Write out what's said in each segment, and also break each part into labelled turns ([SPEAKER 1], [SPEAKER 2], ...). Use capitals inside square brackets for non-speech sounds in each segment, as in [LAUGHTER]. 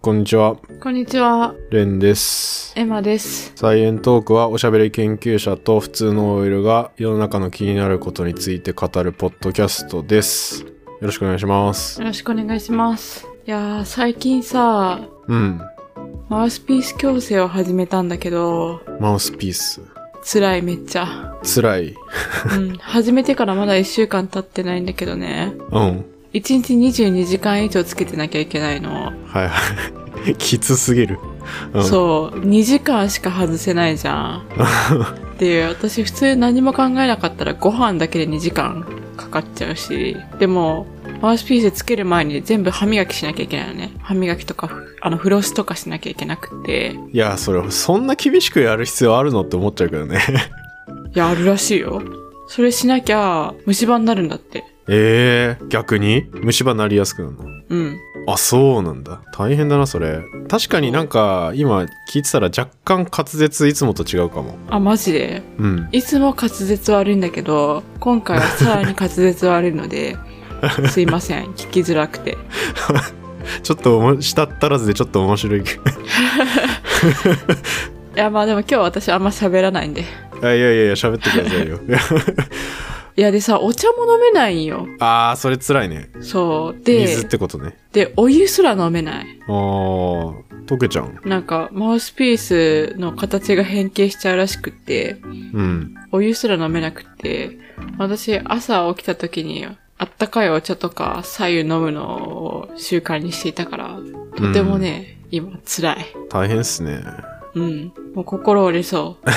[SPEAKER 1] こんにちは、
[SPEAKER 2] こんにちは、
[SPEAKER 1] レンです。
[SPEAKER 2] エマです。
[SPEAKER 1] サイエントークはおしゃべり研究者と普通の OL が世の中の気になることについて語るポッドキャストです。よろしくお願いします
[SPEAKER 2] よ。ろしくお願いします。いやー、最近さ、
[SPEAKER 1] うん。
[SPEAKER 2] マウスピース矯正を始めたんだけど、
[SPEAKER 1] マウスピース。
[SPEAKER 2] 辛いめっ
[SPEAKER 1] [LAUGHS]
[SPEAKER 2] ちゃ。
[SPEAKER 1] 辛い。
[SPEAKER 2] うん、始めてからまだ1週間経ってないんだけどね。
[SPEAKER 1] うん。
[SPEAKER 2] 1日22時間以上つけてなきゃいけないの。
[SPEAKER 1] はいはい。 [LAUGHS] きつすぎる。うん。う。
[SPEAKER 2] そう、2時間しか外せないじゃん。っていう、私普通何も考えなかったらご飯だけで2時間かかっちゃうし、でも、マウスピースつける前に全部歯磨きしなきゃいけないのね。歯磨きとか、あの、フロスとかしなきゃいけなくて、
[SPEAKER 1] いや、それ、そんな厳しくやる必要あるのって思っちゃうけどね。 [LAUGHS]
[SPEAKER 2] いや、あるらしいよ。それしなきゃ、虫歯になるんだって。
[SPEAKER 1] ええー、逆に虫歯なりやすくなるの
[SPEAKER 2] うん。
[SPEAKER 1] あそうなんだ大変だなそれ確かになんか今聞いてたら若干滑舌いつもと違うかも
[SPEAKER 2] あ、マジで
[SPEAKER 1] うん
[SPEAKER 2] いつも滑舌悪いんだけど、今回はさらに滑舌悪いの
[SPEAKER 1] [LAUGHS]
[SPEAKER 2] で、すいません。聞きづらくて。
[SPEAKER 1] ちょっとおもしたったらずでちょっと面白 [LAUGHS] いい
[SPEAKER 2] いや、まあでも今日私あんま喋らないんで。
[SPEAKER 1] やいやいや喋ってください [LAUGHS] よ
[SPEAKER 2] いや、でさ、お茶も飲めないんよ。
[SPEAKER 1] あーそれ辛いね
[SPEAKER 2] そう。で
[SPEAKER 1] 水っ、てことね
[SPEAKER 2] で、お湯すら飲めない。
[SPEAKER 1] あー溶けちゃう
[SPEAKER 2] なんか、マウスピースの形が変形しちゃうらしくって、
[SPEAKER 1] うん
[SPEAKER 2] お湯すら飲めなくって、私、朝起きた時に、あったかいお茶とか、左右飲むのを習慣にしていたから、とてもね、今、辛い。
[SPEAKER 1] 大変っすね
[SPEAKER 2] うん。もう心折れそう。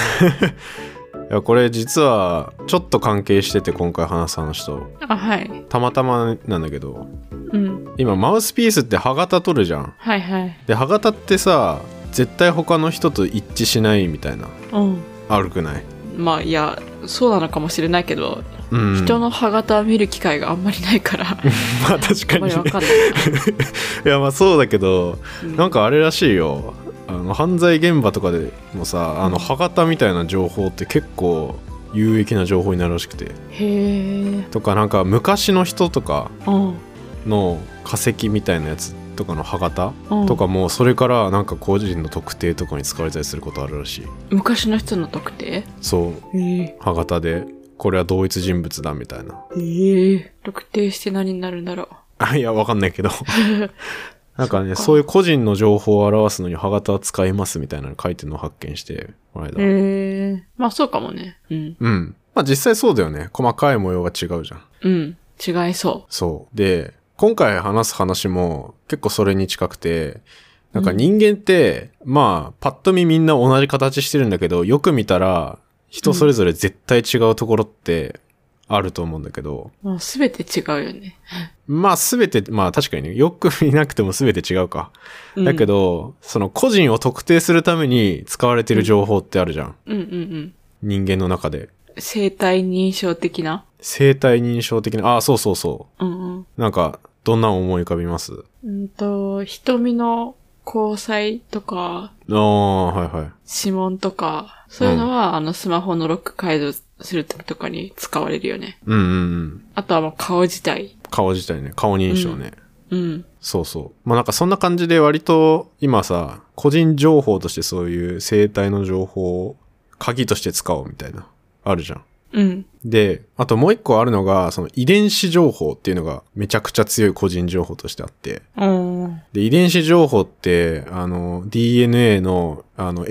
[SPEAKER 1] いやこれ実はちょっと関係してて今回話す話と
[SPEAKER 2] あ、はい。
[SPEAKER 1] たまたまなんだけど
[SPEAKER 2] うん。
[SPEAKER 1] 今マウスピースって歯型取るじゃん
[SPEAKER 2] はいはい。
[SPEAKER 1] で歯型ってさ絶対他の人と一致しないみたいな
[SPEAKER 2] うん。
[SPEAKER 1] 悪くない、
[SPEAKER 2] まあ、いや、そうなのかもしれないけど、
[SPEAKER 1] うん、
[SPEAKER 2] 人の歯型を見る機会があんまりないから、
[SPEAKER 1] [LAUGHS] まあ確
[SPEAKER 2] あ
[SPEAKER 1] か
[SPEAKER 2] んまり
[SPEAKER 1] に、
[SPEAKER 2] わ
[SPEAKER 1] ね、
[SPEAKER 2] かんないな。
[SPEAKER 1] いやまあそうだけど
[SPEAKER 2] うん
[SPEAKER 1] なんかあれらしいよあの犯罪現場とかでもさあの歯型みたいな情報って結構有益な情報になるらしくて
[SPEAKER 2] へえ。
[SPEAKER 1] とかなんか昔の人とか
[SPEAKER 2] うん。
[SPEAKER 1] の化石みたいなやつとかの歯型
[SPEAKER 2] うん
[SPEAKER 1] とかもそれからなんか個人の特定とかに使われたりすることあるらしい
[SPEAKER 2] 昔の人の特定
[SPEAKER 1] そう
[SPEAKER 2] ええ
[SPEAKER 1] 歯型でこれは同一人物だみたいな
[SPEAKER 2] ええ特定して何になるんだろ
[SPEAKER 1] あいや、わかんない [LAUGHS]
[SPEAKER 2] [LAUGHS]
[SPEAKER 1] けど。なんか
[SPEAKER 2] そ
[SPEAKER 1] ね
[SPEAKER 2] っか
[SPEAKER 1] そういう個人の情報を表すのに歯型は使いますみたいなの書いてるのを発見して、この
[SPEAKER 2] う。
[SPEAKER 1] 間。
[SPEAKER 2] へえまあそうかもね。うん。
[SPEAKER 1] うん。まあ実際そうだよね。細かい模様が違うじゃん。
[SPEAKER 2] うん。違いそ
[SPEAKER 1] そう。で、今回話す話も結構それに近くて、なんか人間って、まあ、パッと見みんな同じ形してるんだけど、よく見たら、人それぞれ絶対違うところってあると思うんだけど、
[SPEAKER 2] う。もうすべて違うよね。
[SPEAKER 1] まあ全て、まあ確かにね、よく見なくても全て違うか。
[SPEAKER 2] うん
[SPEAKER 1] だけ。ど、その個人を特定するために使われてる情報ってあるじゃん。
[SPEAKER 2] うんうんうん。
[SPEAKER 1] 人間の中で。
[SPEAKER 2] 生体認証的な。
[SPEAKER 1] 生体認証的な、ああ、そうそうそ
[SPEAKER 2] うんうん。
[SPEAKER 1] う。なんか、どんなの思い浮かびます
[SPEAKER 2] うんと、瞳の交際とか、
[SPEAKER 1] ああ、はいはい。
[SPEAKER 2] 指紋とか、そういうのは、あの、スマホのロック解除するときとかに使われるよね。
[SPEAKER 1] うんうんうん。
[SPEAKER 2] あとはもう顔自体。
[SPEAKER 1] 顔自体ね、顔認証ね。
[SPEAKER 2] うん。
[SPEAKER 1] そうそう。まあなんかそんな感じで割と今さ、個人情報としてそういう生体の情報を鍵として使おうみたいな、あるじゃん。
[SPEAKER 2] うん。
[SPEAKER 1] で、あともう一個あるのが、その遺伝子情報っていうのがめちゃくちゃ強い個人情報としてあって、
[SPEAKER 2] うん。
[SPEAKER 1] で、遺伝子情報って、あの、DNA の、あの、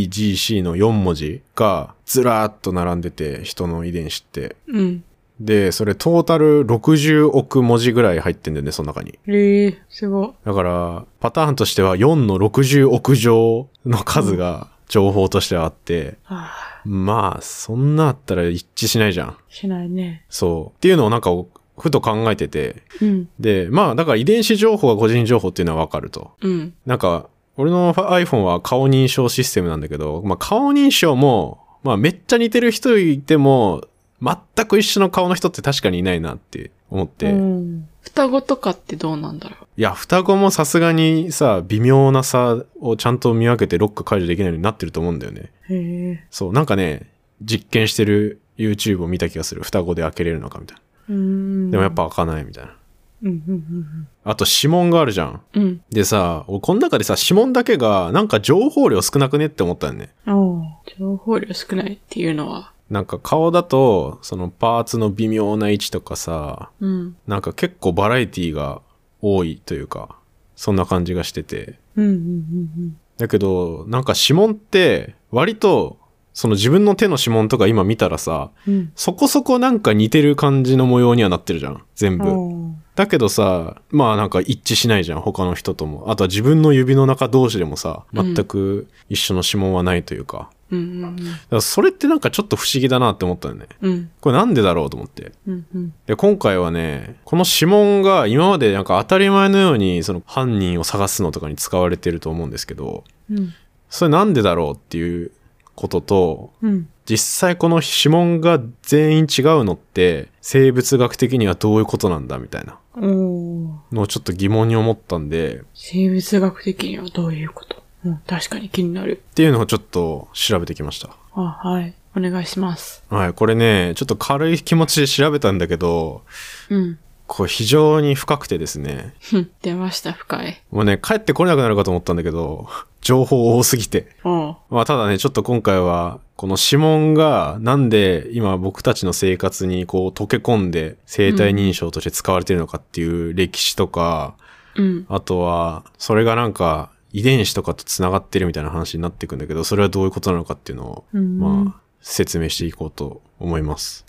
[SPEAKER 1] ATGC の4文字がずらーっと並んでて、人の遺伝子って。
[SPEAKER 2] うん。
[SPEAKER 1] で、それトータル60億文字ぐらい入ってんだよね、その中に。
[SPEAKER 2] ええすご
[SPEAKER 1] だから、パターンとしては4の60億乗の数が情報としてはあって、
[SPEAKER 2] い。ああ、
[SPEAKER 1] まあ、そんなあったら一致しないじゃん。
[SPEAKER 2] しないね。
[SPEAKER 1] そう。っていうのをなんか、ふと考えてて、
[SPEAKER 2] うん。
[SPEAKER 1] で、まあ、だから遺伝子情報が個人情報っていうのはわかると。
[SPEAKER 2] うん。
[SPEAKER 1] なんか、俺の iPhone は顔認証システムなんだけど、まあ、顔認証も、まあ、めっちゃ似てる人いても、全く一緒の顔の人って確かにいないなって思って、
[SPEAKER 2] うん双子とかってどうなんだろう。
[SPEAKER 1] いや、双子もさすがにさ、微妙な差をちゃんと見分けてロック解除できないようになってると思うんだよね。
[SPEAKER 2] へえ。
[SPEAKER 1] そう、なんかね、実験してる YouTube を見た気がする。双子で開けれるのかみたいな。
[SPEAKER 2] うん。
[SPEAKER 1] でもやっぱ開かないみたいな。
[SPEAKER 2] うんうん
[SPEAKER 1] あと指紋があるじゃん。
[SPEAKER 2] うんうん。
[SPEAKER 1] でさ、俺この中でさ、指紋だけが、なんか情報量少なくねって思ったよね。
[SPEAKER 2] うん。おー情報量少ないっていうのは。
[SPEAKER 1] なんか顔だと、そのパーツの微妙な位置とかさ、
[SPEAKER 2] うん。
[SPEAKER 1] なんか結構バラエティが多いというか、そんな感じがしてて。
[SPEAKER 2] うんうんうん
[SPEAKER 1] だけど、なんか指紋って、割と、その自分の手の指紋とか今見たらさ、
[SPEAKER 2] うん。うん。
[SPEAKER 1] そこそこなんか似てる感じの模様にはなってるじゃん、全部。
[SPEAKER 2] おー
[SPEAKER 1] だけどさ、まあなんか一致しないじゃん、他の人とも。あとは自分の指の中同士でもさ、全く一緒の指紋はないというか。
[SPEAKER 2] うんうん
[SPEAKER 1] だからそれってなんかちょっと不思議だなって思ったよね。
[SPEAKER 2] うん。うん
[SPEAKER 1] これなんでだろうと思って。
[SPEAKER 2] うんうん。
[SPEAKER 1] で今回はねこの指紋が今までなんか当たり前のようにその犯人を探すのとかに使われてると思うんですけど
[SPEAKER 2] うん
[SPEAKER 1] それなんでだろうっていうことと
[SPEAKER 2] うん。
[SPEAKER 1] 実際この指紋が全員違うのって生物学的にはどういうことなんだみたいな
[SPEAKER 2] おー
[SPEAKER 1] のをちょっと疑問に思ったんで
[SPEAKER 2] 生物学的にはどういうことうん、確かに気になる。
[SPEAKER 1] っていうのをちょっと調べてきました
[SPEAKER 2] あ、はい。お願いします。
[SPEAKER 1] はいこれねちょっと軽い気持ちで調べたんだけど
[SPEAKER 2] うん。
[SPEAKER 1] こう非常に深くてですね
[SPEAKER 2] ふん出ました、深い。
[SPEAKER 1] もうね帰ってこれなくなるかと思ったんだけど情報多すぎて
[SPEAKER 2] おう。
[SPEAKER 1] まあただね、ちょっと今回は、この指紋がなんで今僕たちの生活にこう溶け込んで生体認証として使われてるのかっていう歴史とか、
[SPEAKER 2] うん。
[SPEAKER 1] あとは、それがなんか遺伝子とかと繋がってるみたいな話になっていくんだけど、それはどういうことなのかっていうのを、
[SPEAKER 2] うん
[SPEAKER 1] まあ説明していこうと思います。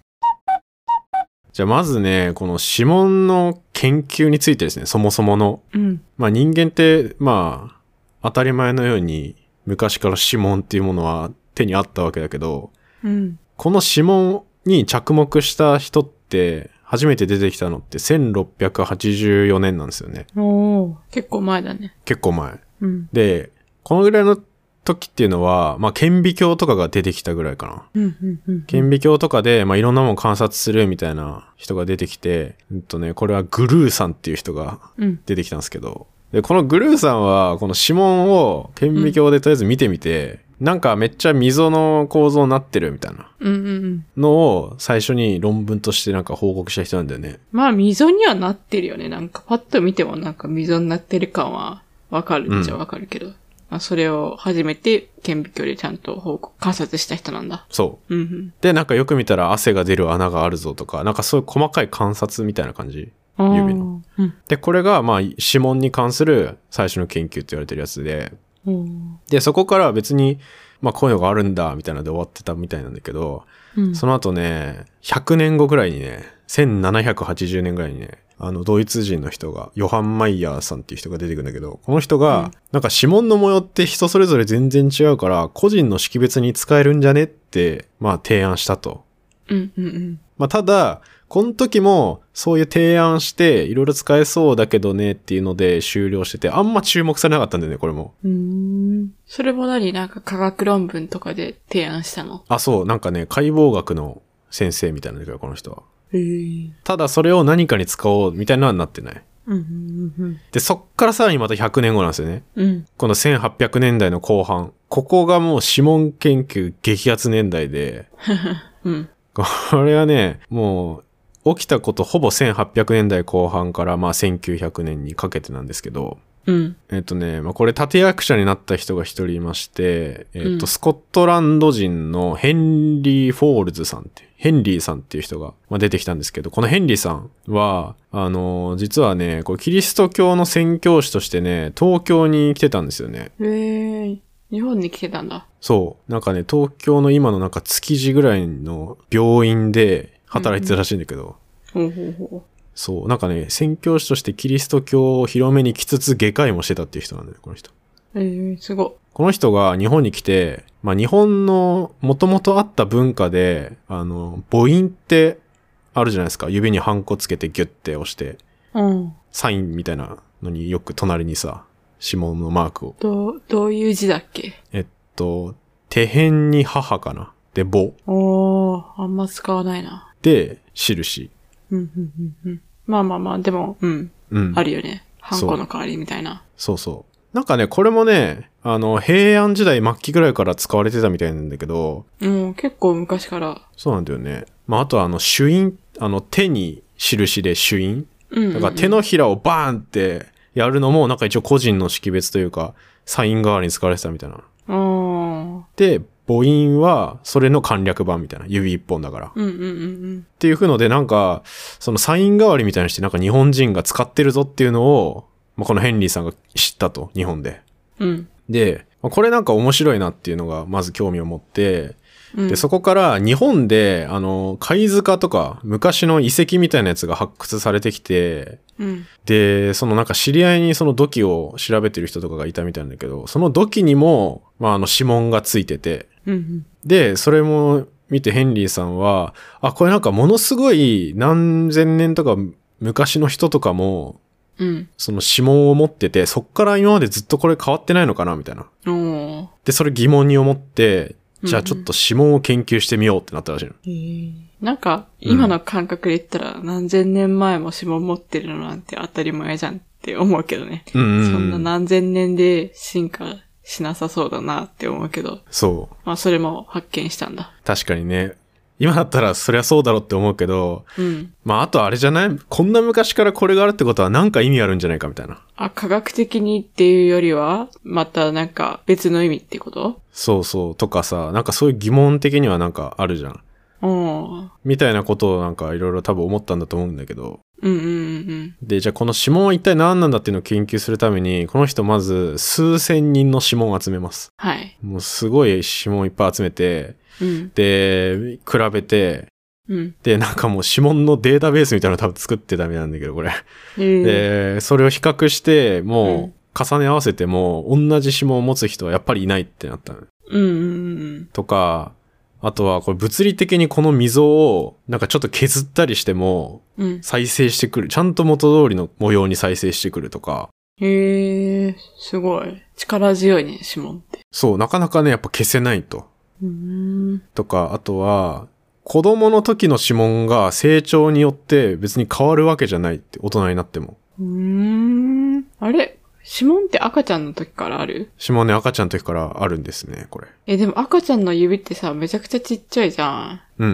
[SPEAKER 1] じゃあまずね、この指紋の研究についてですね、そもそもの。
[SPEAKER 2] うん。
[SPEAKER 1] まあ人間って、まあ、当たり前のように昔から指紋っていうものは手にあったわけだけど、
[SPEAKER 2] うん。
[SPEAKER 1] この指紋に着目した人って、初めて出てきたのって1684年なんですよね。
[SPEAKER 2] おー結構前だね。
[SPEAKER 1] 結構前。
[SPEAKER 2] うん。
[SPEAKER 1] で、このぐらいの時っていうのは、まあ顕微鏡とかが出てきたぐらいかな。
[SPEAKER 2] うん、うん、うん。
[SPEAKER 1] 顕微鏡とかで、まあいろんなもの観察するみたいな人が出てきて、うんとね、これはグルーさんっていう人が
[SPEAKER 2] うん。
[SPEAKER 1] 出てきたんですけど、で、このグルーさんは、この指紋を顕微鏡でとりあえず見てみて、なんかめっちゃ溝の構造になってるみたいな
[SPEAKER 2] うん、うん、うん。
[SPEAKER 1] のを最初に論文としてなんか報告した人なんだよね。
[SPEAKER 2] まあ、溝にはなってるよね。なんか、パッと見てもなんか溝になってる感は、わかるっちゃわかるけど。まあ、それを初めて、顕微鏡でちゃんと報告、観察した人なんだ。
[SPEAKER 1] そう。
[SPEAKER 2] うん、うん。
[SPEAKER 1] で、なんかよく見たら汗が出る穴があるぞとか、なんかそういう細かい観察みたいな感じ。
[SPEAKER 2] あー
[SPEAKER 1] 指の。
[SPEAKER 2] うん。
[SPEAKER 1] で、これがまあ指紋に関する最初の研究って言われてるやつで、
[SPEAKER 2] おー
[SPEAKER 1] で、そこからは別に、まあこういうのがあるんだみたいなので終わってたみたいなんだけど、
[SPEAKER 2] うん。
[SPEAKER 1] その後ね、100年後ぐらいにね、1780年ぐらいにね、あの、ドイツ人の人が、ヨハン・マイヤーさんっていう人が出てくるんだけど、この人が、
[SPEAKER 2] うん
[SPEAKER 1] なんか指紋の模様って人それぞれ全然違うから、個人の識別に使えるんじゃねって、まあ提案したと。
[SPEAKER 2] うん、うん、うん。
[SPEAKER 1] まあただ、この時も、そういう提案して、いろいろ使えそうだけどねっていうので終了してて、あんま注目されなかったんだよね、これも。
[SPEAKER 2] うーんそれも何なんか科学論文とかで提案したの
[SPEAKER 1] あ、そう、なんかね、解剖学の先生みたいなんだけど、この人は。
[SPEAKER 2] へえ。
[SPEAKER 1] ただそれを何かに使おうみたいなのはなってない。
[SPEAKER 2] うん、うん、うん。
[SPEAKER 1] で、そっからさらにまた100年後なんですよね。
[SPEAKER 2] うん。
[SPEAKER 1] この1800年代の後半。ここがもう指紋研究激アツ年代で、
[SPEAKER 2] うん。
[SPEAKER 1] これはね、もう起きたことほぼ1800年代後半からまあ1900年にかけてなんですけど、
[SPEAKER 2] うん。
[SPEAKER 1] えっとね、まあこれ立役者になった人が一人いまして、えっと、
[SPEAKER 2] うん
[SPEAKER 1] スコットランド人のヘンリー・フォールズさんって、ヘンリーさんっていう人が、まあ、出てきたんですけど、このヘンリーさんは、あのー実はね、こうキリスト教の宣教師としてね、東京に来てたんですよね。
[SPEAKER 2] へえ。日本に来てたんだ。
[SPEAKER 1] そう。なんかね、東京の今のなんか築地ぐらいの病院で働いてたらしいんだけど、
[SPEAKER 2] ほうほうほ
[SPEAKER 1] そう。なんかね、宣教師としてキリスト教を広めに来つつ外科医もしてたっていう人なんだよ、この人。
[SPEAKER 2] う。へえ、すご
[SPEAKER 1] この人が日本に来て、まあ、日本の元々あった文化で、あの、母音ってあるじゃないですか。指にハンコつけてギュッて押して、
[SPEAKER 2] い。うん。
[SPEAKER 1] サインみたいなのによく隣にさ、指紋のマークを。
[SPEAKER 2] どう、どういう字だっけ
[SPEAKER 1] えっと、手辺に母かな。で、母。
[SPEAKER 2] おー、あんま使わないな。
[SPEAKER 1] で、印。
[SPEAKER 2] うん、うん、うん、うん。まあまあまあ、でも、うん。
[SPEAKER 1] うん。
[SPEAKER 2] あるよね。ハン
[SPEAKER 1] そう
[SPEAKER 2] コの代わりみたいな。
[SPEAKER 1] そうそう。なんかね、これもね、あの、平安時代末期ぐらいから使われてたみたいなんだけど、
[SPEAKER 2] うん、結構昔から。
[SPEAKER 1] そうなんだよね。まあ、あとはあの、朱印、あの、手に印で朱印
[SPEAKER 2] うんうん
[SPEAKER 1] だから手のひらをバーンってやるのも、なんか一応個人の識別というか、サイン代わりに使われてたみたいな。
[SPEAKER 2] あー
[SPEAKER 1] で、母音は、それの簡略版みたいな。指一本だから。っ
[SPEAKER 2] うんうんうん
[SPEAKER 1] ていう風ので、なんか、そのサイン代わりみたいにして、なんか日本人が使ってるぞっていうのを、まあ、このヘンリーさんが知ったと、日本で。
[SPEAKER 2] うんうん
[SPEAKER 1] で、まあこれなんか面白いなっていうのが、まず興味を持って、
[SPEAKER 2] うん
[SPEAKER 1] で、そこから日本で、あの、貝塚とか、昔の遺跡みたいなやつが発掘されてきて、
[SPEAKER 2] うん
[SPEAKER 1] で、そのなんか知り合いにその土器を調べてる人とかがいたみたいなんだけど、その土器にも、まあ、あの指紋がついてて、
[SPEAKER 2] うん
[SPEAKER 1] で、それも見てヘンリーさんは、あ、これなんかものすごい何千年とか昔の人とかも、
[SPEAKER 2] うん
[SPEAKER 1] その指紋を持ってて、そっから今までずっとこれ変わってないのかなみたいな。
[SPEAKER 2] うんお
[SPEAKER 1] で、それ疑問に思って、
[SPEAKER 2] うん
[SPEAKER 1] じゃあちょっと指紋を研究してみようってなったらしいの。
[SPEAKER 2] ーなんか、今の感覚で言ったら、何千年前も指紋持ってるのなんて当たり前じゃんって思うけどね。
[SPEAKER 1] うん、うん。
[SPEAKER 2] そんな。何千年で進化しなさそうだなって思うけど、
[SPEAKER 1] そう。
[SPEAKER 2] まあそれも発見したんだ。
[SPEAKER 1] 確かにね。今だったらそりゃそうだろうって思うけど、
[SPEAKER 2] うん。
[SPEAKER 1] まあ、あとあれじゃないこんな昔からこれがあるってことはなんか意味あるんじゃないかみたいな。
[SPEAKER 2] あ、科学的にっていうよりは、またなんか別の意味ってこと
[SPEAKER 1] そうそう。とかさ、なんかそういう疑問的にはなんかあるじゃん。
[SPEAKER 2] うん。
[SPEAKER 1] みたいなことをなんかいろいろ多分思ったんだと思うんだけど。
[SPEAKER 2] うんうんうん
[SPEAKER 1] で、じゃあこの指紋は一体何なんだっていうのを研究するために、この人まず数千人の指紋を集めます。
[SPEAKER 2] はい。
[SPEAKER 1] もうすごい指紋いっぱい集めて、
[SPEAKER 2] うん。
[SPEAKER 1] で、比べて、
[SPEAKER 2] うん。
[SPEAKER 1] で、なんかもう指紋のデータベースみたいなの多分作ってたみたいなんだけど、これ。
[SPEAKER 2] えー、
[SPEAKER 1] で、それを比較して、
[SPEAKER 2] う
[SPEAKER 1] も
[SPEAKER 2] ん
[SPEAKER 1] う、重ね合わせても、同じ指紋を持つ人はやっぱりいないってなったの
[SPEAKER 2] うんうんうん。
[SPEAKER 1] とか、あとは、これ物理的にこの溝を、なんかちょっと削ったりしても、
[SPEAKER 2] うん。
[SPEAKER 1] 再生してくる。ちゃんと元通りの模様に再生してくるとか。
[SPEAKER 2] へえー、すごい。力強いね、指紋って。
[SPEAKER 1] そう、なかなかね、やっぱ消せないと。
[SPEAKER 2] うーん。
[SPEAKER 1] とか、あとは、子供の時の指紋が成長によって別に変わるわけじゃないって、大人になっても。
[SPEAKER 2] うーん。あれ指紋って赤ちゃんの時からある
[SPEAKER 1] 指紋ね、赤ちゃんの時からあるんですね、これ。
[SPEAKER 2] え、でも赤ちゃんの指ってさ、めちゃくちゃちっちゃいじゃ
[SPEAKER 1] うん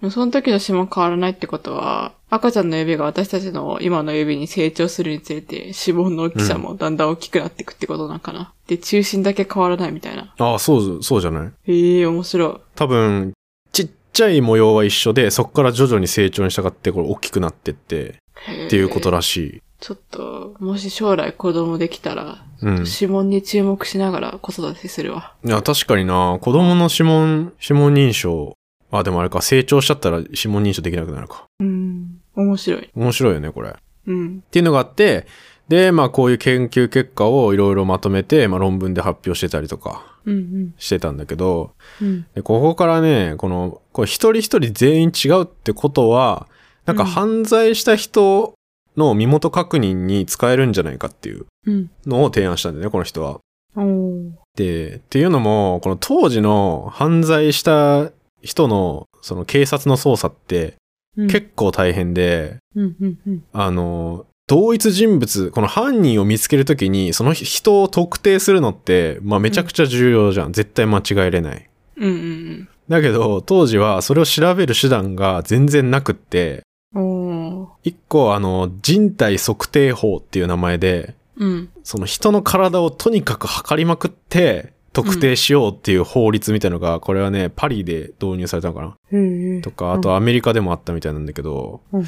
[SPEAKER 1] うん。
[SPEAKER 2] ん。その時の指紋変わらないってことは、赤ちゃんの指が私たちの今の指に成長するにつれて、指紋の大きさもだんだん大きくなっていくってことなんかな。で、中心だけ変わらないみたいな。
[SPEAKER 1] ああ、そう、そうじゃない
[SPEAKER 2] へえー、面白
[SPEAKER 1] 多分、ちっちゃい模様は一緒で、そこから徐々に成長に従って、これ大きくなってって、
[SPEAKER 2] い。
[SPEAKER 1] っていうこと
[SPEAKER 2] だ。
[SPEAKER 1] らし
[SPEAKER 2] ちょっと、もし将来子供できたら、
[SPEAKER 1] い。うん。
[SPEAKER 2] 指紋に注目しながら子育てするわ。
[SPEAKER 1] いや、確かにな、子供の指紋、指紋認証、あ、でもあれか、成長しちゃったら指紋認証できなくなるか。
[SPEAKER 2] うん。面白い。
[SPEAKER 1] 面白いよね、これ。っ
[SPEAKER 2] うん。
[SPEAKER 1] ていうのがあって、で、まあこういう研究結果をいろいろまとめて、まあ論文で発表してたりとか
[SPEAKER 2] うんうん。
[SPEAKER 1] してたんだけど、
[SPEAKER 2] うん。
[SPEAKER 1] でここからね、この、これ一人一人全員違うってことは、なんか
[SPEAKER 2] うん
[SPEAKER 1] 犯罪した人の身元確認に使えるんじゃないかっていう
[SPEAKER 2] うん。
[SPEAKER 1] のを提案したんだよね、この人は。
[SPEAKER 2] おー
[SPEAKER 1] で、っていうのも、この当時の犯罪した人の、その警察の捜査って
[SPEAKER 2] うん
[SPEAKER 1] 結構大変で、
[SPEAKER 2] うんうんうん。
[SPEAKER 1] あの、同一人物、この犯人を見つけるときに、その人を特定するのって、まあめちゃくちゃ重要じゃん。絶対間違えれない。
[SPEAKER 2] うんうん
[SPEAKER 1] だけど、当時はそれを調べる手段が全然なくって、
[SPEAKER 2] うん。おー
[SPEAKER 1] 一個あの、人体測定法っていう名前で、
[SPEAKER 2] うん。
[SPEAKER 1] その人の体をとにかく測りまくって、特定しようっていう法律みたいのが、これはね、パリで導入されたのかな
[SPEAKER 2] へえ。
[SPEAKER 1] とか、あとアメリカでもあったみたいなんだけど、
[SPEAKER 2] うん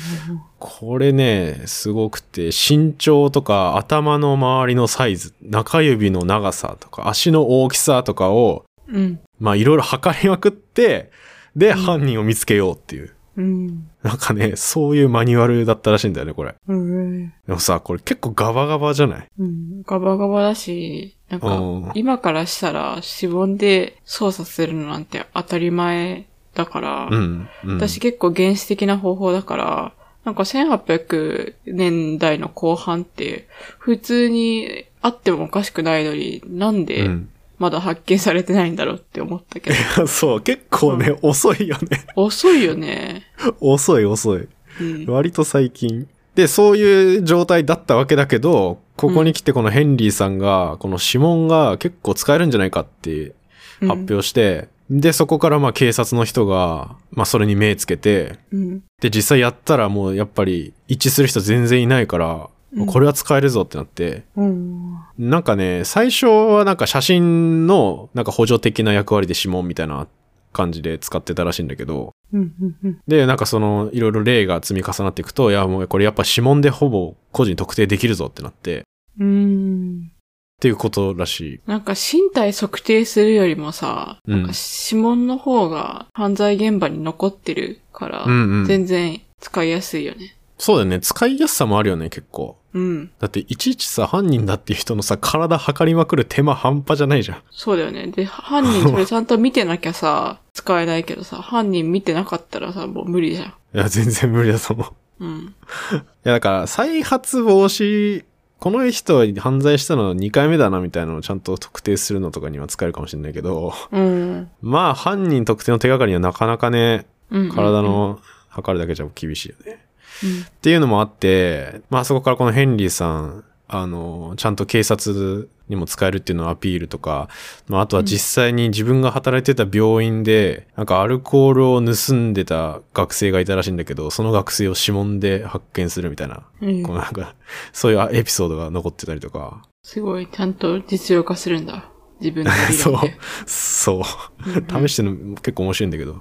[SPEAKER 1] これね、すごくて、身長とか頭の周りのサイズ、中指の長さとか、足の大きさとかを、
[SPEAKER 2] うんうん。
[SPEAKER 1] まあいろいろ測りまくって、で、
[SPEAKER 2] ん
[SPEAKER 1] 犯人を見つけようっていう。
[SPEAKER 2] うん。
[SPEAKER 1] [LAUGHS] なんかね、そういうマニュアルだったらしいんだよね、これ。
[SPEAKER 2] うん。へ
[SPEAKER 1] でもさ、これ結構ガバガバじゃない
[SPEAKER 2] ーうん。ガバガバだし、なんか
[SPEAKER 1] うん、
[SPEAKER 2] 今からしたら指紋で操作するのなんて当たり前だから、
[SPEAKER 1] うん。うん、
[SPEAKER 2] 私結構原始的な方法だから、なんか1800年代の後半って、普通にあってもおかしくないのに、なん
[SPEAKER 1] う
[SPEAKER 2] で
[SPEAKER 1] ん、 [LAUGHS]
[SPEAKER 2] まだ発見されてないんだろうって思ったけど。
[SPEAKER 1] そう、結構ね、遅いよね。 [LAUGHS]
[SPEAKER 2] 遅いよね。
[SPEAKER 1] 遅い遅い。
[SPEAKER 2] うん。
[SPEAKER 1] 割と最近。で、そういう状態だったわけだけど、ここに来てこのヘンリーさんが、この指紋が結構使えるんじゃないかって
[SPEAKER 2] うん
[SPEAKER 1] 発表して、で、そこからまあ警察の人が、まあそれに目つけて、
[SPEAKER 2] うん。
[SPEAKER 1] で、実際やったらもうやっぱり一致する人全然いないから、
[SPEAKER 2] うん
[SPEAKER 1] これは使えるぞってなって、
[SPEAKER 2] うん。
[SPEAKER 1] なんかね、最初はなんか写真のなんか補助的な役割で指紋みたいな感じで使ってたらしいんだけど、
[SPEAKER 2] うん。うん。
[SPEAKER 1] で、なんかその、いろいろ例が積み重なっていくと、いや、もうこれやっぱ指紋でほぼ個人特定できるぞってなって、っ
[SPEAKER 2] うん。
[SPEAKER 1] ていうことらしい。
[SPEAKER 2] なんか身体測定するよりもさ、
[SPEAKER 1] うん
[SPEAKER 2] なんか指紋の方が犯罪現場に残ってるから、
[SPEAKER 1] うんうん。
[SPEAKER 2] 全然使いやすいよね。
[SPEAKER 1] そうだよね。使いやすさもあるよね、結構。
[SPEAKER 2] うん。
[SPEAKER 1] だって、いちいちさ、犯人だっていう人のさ、体測りまくる手間半端じゃないじゃん。
[SPEAKER 2] そうだよね。で、犯人それちゃんと見てなき
[SPEAKER 1] [LAUGHS]
[SPEAKER 2] ゃさ、使えないけどさ、犯人見てなかったらさ、もう無理じゃん。
[SPEAKER 1] いや、全然無理だと思う。
[SPEAKER 2] うん。
[SPEAKER 1] いや、だから、再発防止、この人は犯罪したの2回目だな、みたいなのをちゃんと特定するのとかには使えるかもしれないけど、 [LAUGHS]
[SPEAKER 2] うん。
[SPEAKER 1] まあ、犯人特定の手がかりはなかなかね、
[SPEAKER 2] うん、
[SPEAKER 1] 体の測るだけじゃ厳しいよね。
[SPEAKER 2] うん。
[SPEAKER 1] っていうのもあって、まあそこからこのヘンリーさん、あの、ちゃんと警察にも使えるっていうのをアピールとか、まああとは実際に自分が働いてた病院で、なんかアルコールを盗んでた学生がいたらしいんだけど、その学生を指紋で発見するみたいな、
[SPEAKER 2] うん
[SPEAKER 1] こうなんか、そういうエピソードが残ってたりとか、
[SPEAKER 2] すごい、ちゃんと実用化するんだ。自分の理
[SPEAKER 1] そう
[SPEAKER 2] 論で。
[SPEAKER 1] そう、
[SPEAKER 2] うん
[SPEAKER 1] 試してるの結構面白いんだ
[SPEAKER 2] [LAUGHS]
[SPEAKER 1] けど、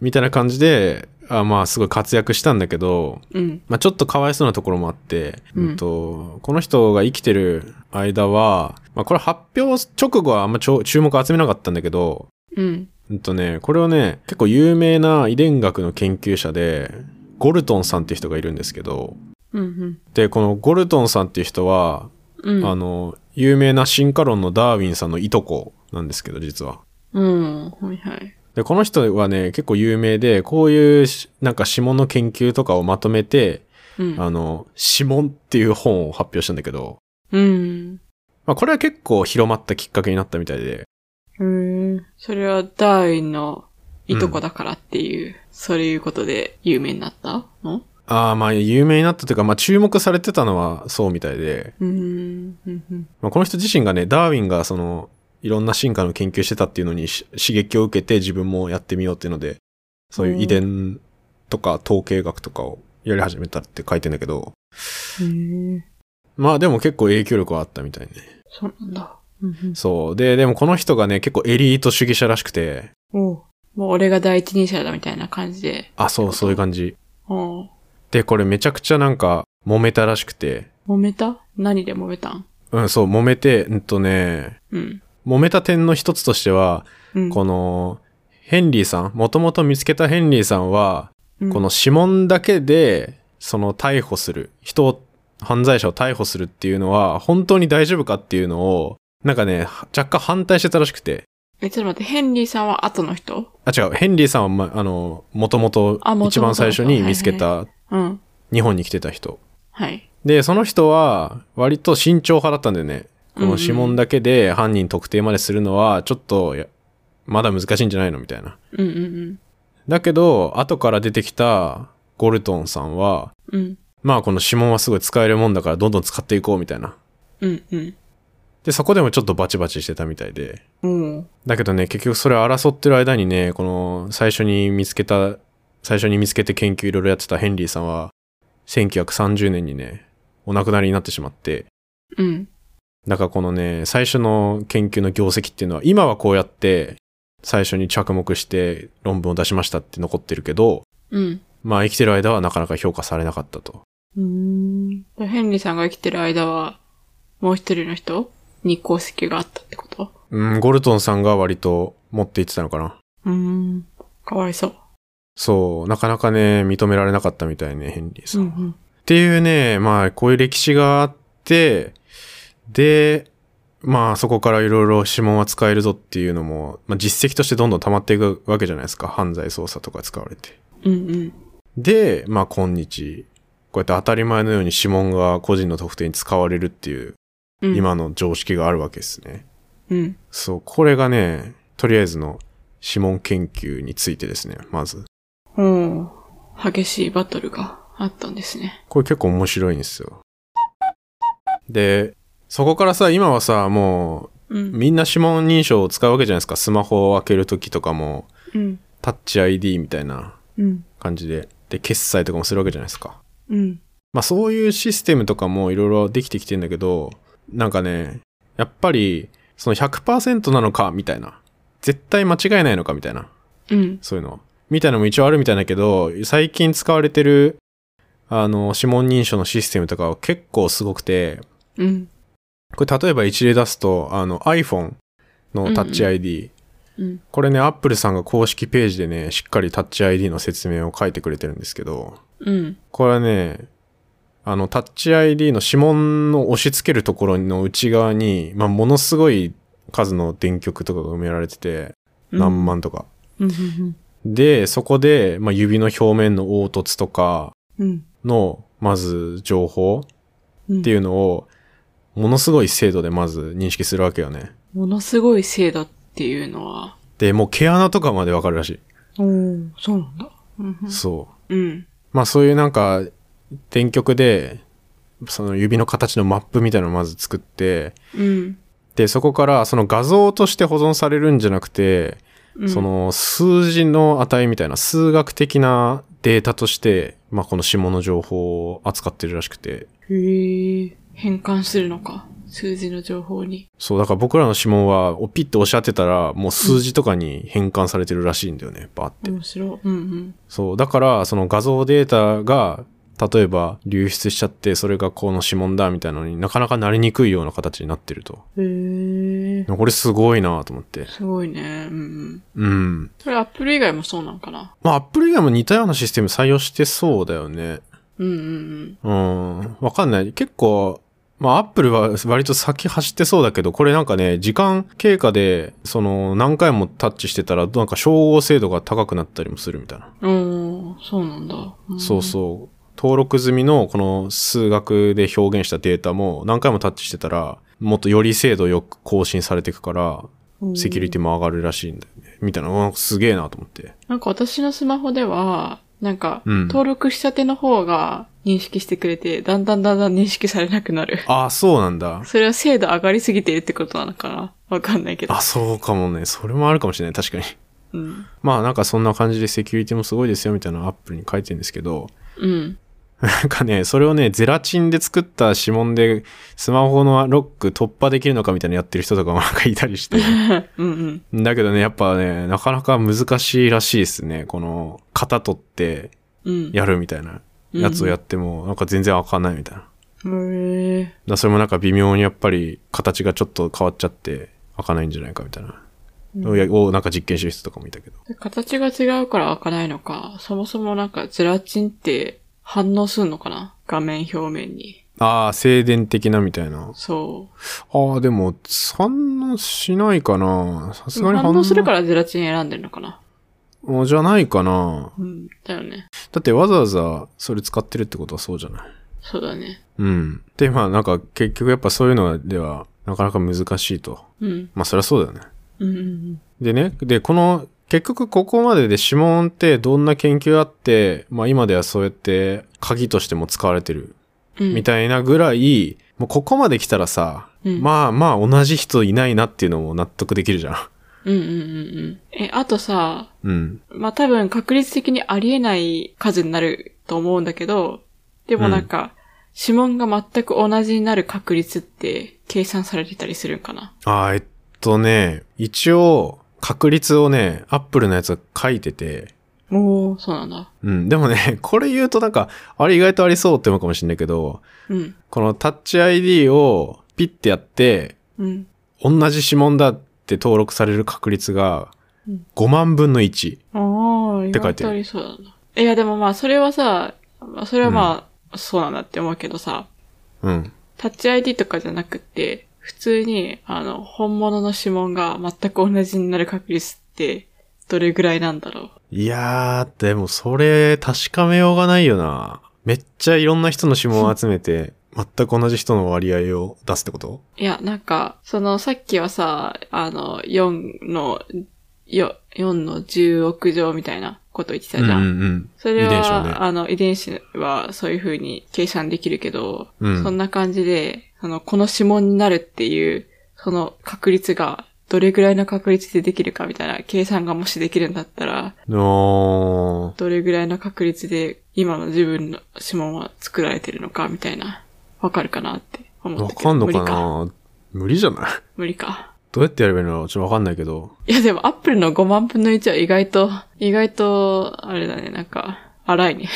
[SPEAKER 1] みたいな感じで、あまあすごい活躍したんだけど、
[SPEAKER 2] うん。
[SPEAKER 1] まあ、ちょっとかわいそうなところもあって、
[SPEAKER 2] うん
[SPEAKER 1] うんと、この人が生きてる間は、まあ、これ発表直後はあんまちょ注目集めなかったんだけど、
[SPEAKER 2] うん。
[SPEAKER 1] うんとね、これをね、結構有名な遺伝学の研究者で、ゴルトンさんっていう人がいるんですけど、
[SPEAKER 2] うん。うん。
[SPEAKER 1] で、このゴルトンさんっていう人は、
[SPEAKER 2] うん。
[SPEAKER 1] あの、有名な進化論のダーウィンさんのいとこなんですけど、実は。
[SPEAKER 2] うん。はいはい。
[SPEAKER 1] で、この人はね、結構有名で、こういうし、なんか指紋の研究とかをまとめて、
[SPEAKER 2] うん。
[SPEAKER 1] あの、指紋っていう本を発表したんだけど、
[SPEAKER 2] うん。
[SPEAKER 1] まあこれは結構広まったきっかけになったみたいで、
[SPEAKER 2] へーそれはダーウィンのいとこだからっていう、そういうことで有名になったの
[SPEAKER 1] ああまあ有名になったというか、まあ注目されてたのはそうみたいで、
[SPEAKER 2] うーん。うんうん
[SPEAKER 1] まあこの人自身がね、ダーウィンがその、いろんな進化の研究してたっていうのにし刺激を受けて自分もやってみようっていうので、そういう遺伝とか統計学とかをやり始めたって書いてんだけど、
[SPEAKER 2] へー
[SPEAKER 1] まあでも結構影響力はあったみたいね。
[SPEAKER 2] そうなんだ。うんうん
[SPEAKER 1] そう。で、でもこの人がね、結構エリート主義者らしくて、
[SPEAKER 2] おうもう俺が第一人者だみたいな感じで。
[SPEAKER 1] あ、そう、そういう感じ。
[SPEAKER 2] おう
[SPEAKER 1] で、これめちゃくちゃなんか揉めたらしくて、
[SPEAKER 2] 揉めた何で揉めたん
[SPEAKER 1] うん、そう、揉めて、うんとね、
[SPEAKER 2] うん。
[SPEAKER 1] 揉めた点の一つとしては、
[SPEAKER 2] うん、
[SPEAKER 1] この、ヘンリーさん、もともと見つけたヘンリーさんは、
[SPEAKER 2] うん
[SPEAKER 1] この、指紋だけで、その逮捕する、人を、犯罪者を逮捕するっていうのは、本当に大丈夫かっていうのを、なんかね、若干反対してたらしくて、
[SPEAKER 2] え、ちょっと待って、ヘンリーさんは後の人
[SPEAKER 1] あ、違う、ヘンリーさんは、ま、あの、もともと
[SPEAKER 2] あ元々
[SPEAKER 1] 一番最初に見つけた、
[SPEAKER 2] うん。
[SPEAKER 1] 日本に来てた人。
[SPEAKER 2] はい。
[SPEAKER 1] で、その人は、割と慎重派だったんだよね。こ
[SPEAKER 2] うんう
[SPEAKER 1] の
[SPEAKER 2] ん
[SPEAKER 1] 指紋だけで犯人特定までするのは、ちょっとや、まだ難しいんじゃないのみたいな。
[SPEAKER 2] うんうん
[SPEAKER 1] だけど、後から出てきたゴルトンさんは、
[SPEAKER 2] うん。うん。
[SPEAKER 1] まあこの指紋はすごい使えるもんだから、どんどん使っていこうみたいな。
[SPEAKER 2] うんうん。
[SPEAKER 1] で、そこでもちょっとバチバチしてたみたいで。
[SPEAKER 2] おう
[SPEAKER 1] だけどね、結局それ争ってる間にね、この最初に見つけた、最初に見つけて研究いろいろやってたヘンリーさんは、1930年にね、お亡くなりになってしまって、
[SPEAKER 2] うん。
[SPEAKER 1] だからこのね、最初の研究の業績っていうのは、今はこうやって、最初に着目して論文を出しましたって残ってるけど、
[SPEAKER 2] うん。
[SPEAKER 1] まあ生きてる間はなかなか評価されなかったと。
[SPEAKER 2] うーん。じゃあヘンリーさんが生きてる間は、もう一人の人に功績があったってこと
[SPEAKER 1] うん、ゴルトンさんが割と持っていってたのかな。
[SPEAKER 2] うーん。かわいそう。
[SPEAKER 1] そう、なかなかね、認められなかったみたいね、ヘンリーさん。っ
[SPEAKER 2] ん。
[SPEAKER 1] ていうね、まあこういう歴史があって、で、まあそこからいろいろ指紋は使えるぞっていうのも、まあ実績としてどんどん溜まっていくわけじゃないですか。犯罪捜査とか使われて。
[SPEAKER 2] うんうん。
[SPEAKER 1] で、まあ今日、こうやって当たり前のように指紋が個人の特定に使われるっていう、
[SPEAKER 2] うん、
[SPEAKER 1] 今の常識があるわけですね。
[SPEAKER 2] うん。
[SPEAKER 1] そう、これがね、とりあえずの指紋研究についてですね、まず。
[SPEAKER 2] うん。激しいバトルがあったんですね。
[SPEAKER 1] これ結構面白いんですよ。で、そこからさ、今はさ、もう、
[SPEAKER 2] うん。
[SPEAKER 1] みんな指紋認証を使うわけじゃないですか。スマホを開けるときとかも、
[SPEAKER 2] うん。
[SPEAKER 1] タッチ ID みたいな
[SPEAKER 2] うん。
[SPEAKER 1] 感じで。で、決済とかもするわけじゃないですか。
[SPEAKER 2] うん。
[SPEAKER 1] まあそういうシステムとかもいろいろできてきてんだけど、なんかね、やっぱり、その100%なのか、みたいな。絶対間違いないのか、みたいな。
[SPEAKER 2] うん。
[SPEAKER 1] そういうの。みたいなのも一応あるみたいだけど、最近使われてる、あの、指紋認証のシステムとかは結構すごくて、
[SPEAKER 2] うん。
[SPEAKER 1] これ例えば一例出すと、あの iPhone のタッチ ID、
[SPEAKER 2] うん。
[SPEAKER 1] これね、Apple さんが公式ページでね、しっかりタッチ ID の説明を書いてくれてるんですけど、
[SPEAKER 2] うん。
[SPEAKER 1] これはね、あの、タッチ ID の指紋を押し付けるところの内側に、まあ、ものすごい数の電極とかが埋められてて、何万とか。
[SPEAKER 2] うん。うん。
[SPEAKER 1] で、そこで、まあ、指の表面の凹凸とか
[SPEAKER 2] うん。
[SPEAKER 1] の、まず情報
[SPEAKER 2] うん。
[SPEAKER 1] っていうのを、ものすごい精度でまず認識するわけよね。
[SPEAKER 2] ものすごい精度っていうのは。
[SPEAKER 1] で、もう毛穴とかまでわかるらしい。
[SPEAKER 2] おお、そうなんだ。うん
[SPEAKER 1] そう。
[SPEAKER 2] うん。
[SPEAKER 1] まあそういうなんか、電極で、その指の形のマップみたいなのをまず作って、
[SPEAKER 2] うん。
[SPEAKER 1] で、そこからその画像として保存されるんじゃなくて、
[SPEAKER 2] うん
[SPEAKER 1] そ、の数字の値みたいな数学的なデータとして、まあこの指紋の情報を扱ってるらしくて、
[SPEAKER 2] へえ。変換するのか。数字の情報に。
[SPEAKER 1] そう、だから僕らの指紋は、おピッて押し当てたら、もう数字とかに変換されてるらしいんだよね、バーって。
[SPEAKER 2] 面白い。うんうん。
[SPEAKER 1] そう、だから、その画像データが、例えば流出しちゃって、それがこの指紋だ、みたいなのになかなかなりにくいような形になってると。
[SPEAKER 2] へえ。
[SPEAKER 1] これすごいなと思って。
[SPEAKER 2] すごいね。うんうん。
[SPEAKER 1] うん。
[SPEAKER 2] それアップル以外もそうなんかな。
[SPEAKER 1] まあ、Apple 以外も似たようなシステム採用してそうだよね。
[SPEAKER 2] うんうん
[SPEAKER 1] うん。わかんない。結構、まあ、Apple は割と先走ってそうだけど、これなんかね、時間経過で、その、何回もタッチしてたら、なんか照合精度が高くなったりもするみたいな。
[SPEAKER 2] うん。おお、そうなんだ。ん
[SPEAKER 1] そうそう。登録済みのこの数学で表現したデータも何回もタッチしてたら、もっとより精度よく更新されていくから、
[SPEAKER 2] うん
[SPEAKER 1] セキュリティも上がるらしいんだよね。みたいな、うんすげえなと思って。
[SPEAKER 2] なんか私のスマホでは、なんか、
[SPEAKER 1] うん
[SPEAKER 2] 登録したての方が認識してくれて、だんだんだんだん認識されなくなる。 [LAUGHS]
[SPEAKER 1] ああ、そうなんだ。
[SPEAKER 2] それは精度上がりすぎてるってことなのかなわかんないけど
[SPEAKER 1] あ、。そうかもね。それもあるかもしれない。確かに。
[SPEAKER 2] うん。
[SPEAKER 1] まあなんかそんな感じでセキュリティもすごいですよみたいなのをアップルに書いてるんですけど、
[SPEAKER 2] うん。
[SPEAKER 1] なんかね、それをね、ゼラチンで作った指紋でスマホのロック突破できるのかみたいなのやってる人とかもなんかいたりして。 [LAUGHS]
[SPEAKER 2] うんうん。
[SPEAKER 1] だけどね、やっぱね、なかなか難しいらしいですね。この、型取って
[SPEAKER 2] うん。
[SPEAKER 1] やるみたいな
[SPEAKER 2] うん
[SPEAKER 1] やつをやっても、なんか全然開かんないみたいな。だか
[SPEAKER 2] へえ。
[SPEAKER 1] らそれもなんか微妙にやっぱり形がちょっと変わっちゃって開かないんじゃないかみたいな。いやをなんか実験してる人とかもいたけど。
[SPEAKER 2] 形が違うから開かないのか、そもそもなんかゼラチンって反応するのかな画面表面に。
[SPEAKER 1] ああ、静電的なみたいな。
[SPEAKER 2] そ
[SPEAKER 1] ああ、でも、反応しないかな。さす
[SPEAKER 2] う。
[SPEAKER 1] がに。
[SPEAKER 2] 反応するかららゼラチン選んでるのかな
[SPEAKER 1] あじゃないかな。
[SPEAKER 2] うん。だよね。
[SPEAKER 1] だってわざわざそれ使ってるってことはそうじゃない。
[SPEAKER 2] そうだね。
[SPEAKER 1] うん。で、まあなんか結局やっぱそういうのではなかなか難しいと。
[SPEAKER 2] うん。
[SPEAKER 1] まあそりゃそうだよね。
[SPEAKER 2] うんうん
[SPEAKER 1] でね、で、この、結局ここまでで指紋ってどんな研究あって、まあ今ではそうやって鍵としても使われてる
[SPEAKER 2] うん。うん
[SPEAKER 1] みたいなぐらい、もうここまで来たらさ、
[SPEAKER 2] うん
[SPEAKER 1] まあまあ同じ人いないなっていうのも納得できるじゃん。
[SPEAKER 2] うんうんうんうん。え、あとさ、
[SPEAKER 1] うん。
[SPEAKER 2] まあ、多分確率的にありえない数になると思うんだけど、でもなんか、指紋が全く同じになる確率って計算されてたりするんかな
[SPEAKER 1] あーえっとね、一応確率をね、アップルのやつは書いてて、
[SPEAKER 2] おおそうなんだ。
[SPEAKER 1] うん。でもね、 [LAUGHS] これ言うとなんか、あれ意外とありそうって思うかもしれないけど、
[SPEAKER 2] うん。
[SPEAKER 1] このタッチ ID をピッてやって、
[SPEAKER 2] うん。
[SPEAKER 1] 同じ指紋だって登録される確率が
[SPEAKER 2] うん
[SPEAKER 1] 5万分の1。
[SPEAKER 2] ああ、意
[SPEAKER 1] て書いて
[SPEAKER 2] 外と
[SPEAKER 1] る
[SPEAKER 2] ありそうだな。いや、でもまあ、それはさ、まあそれはまあ、そうなんだって思うけどさ、
[SPEAKER 1] うん。
[SPEAKER 2] タッチ ID とかじゃなくて、普通に、あの、本物の指紋が全く同じになる確率って、どれぐらいなんだろ
[SPEAKER 1] いやー、でもそれ確かめようがないよな。めっちゃいろんな人の指紋を集め
[SPEAKER 2] [LAUGHS]
[SPEAKER 1] て、全く同じ人の割合を出すってこと
[SPEAKER 2] う。いや、なんか、その、さっきはさ、あの、4の、よ4の10億乗みたいなこと言ってたじゃん。
[SPEAKER 1] うんうん。
[SPEAKER 2] それ
[SPEAKER 1] 遺伝子
[SPEAKER 2] は、
[SPEAKER 1] はね
[SPEAKER 2] あの、遺伝子はそういう風に計算できるけど、
[SPEAKER 1] うん
[SPEAKER 2] そんな感じで、あの、この指紋になるっていう、その確率がどれぐらいの確率でできるかみたいな計算がもしできるんだったら、
[SPEAKER 1] おー
[SPEAKER 2] どれぐらいの確率で今の自分の指紋は作られてるのかみたいな、わかるかなって思った
[SPEAKER 1] わ
[SPEAKER 2] けど。
[SPEAKER 1] かんのか
[SPEAKER 2] 無理か。
[SPEAKER 1] な無理じゃない [LAUGHS]
[SPEAKER 2] 無理か。
[SPEAKER 1] どうやってやればいいのかちょっとわかんないけど。
[SPEAKER 2] いやでもアップルの5万分の1は意外と、意外と、あれだね、なんか、荒いね。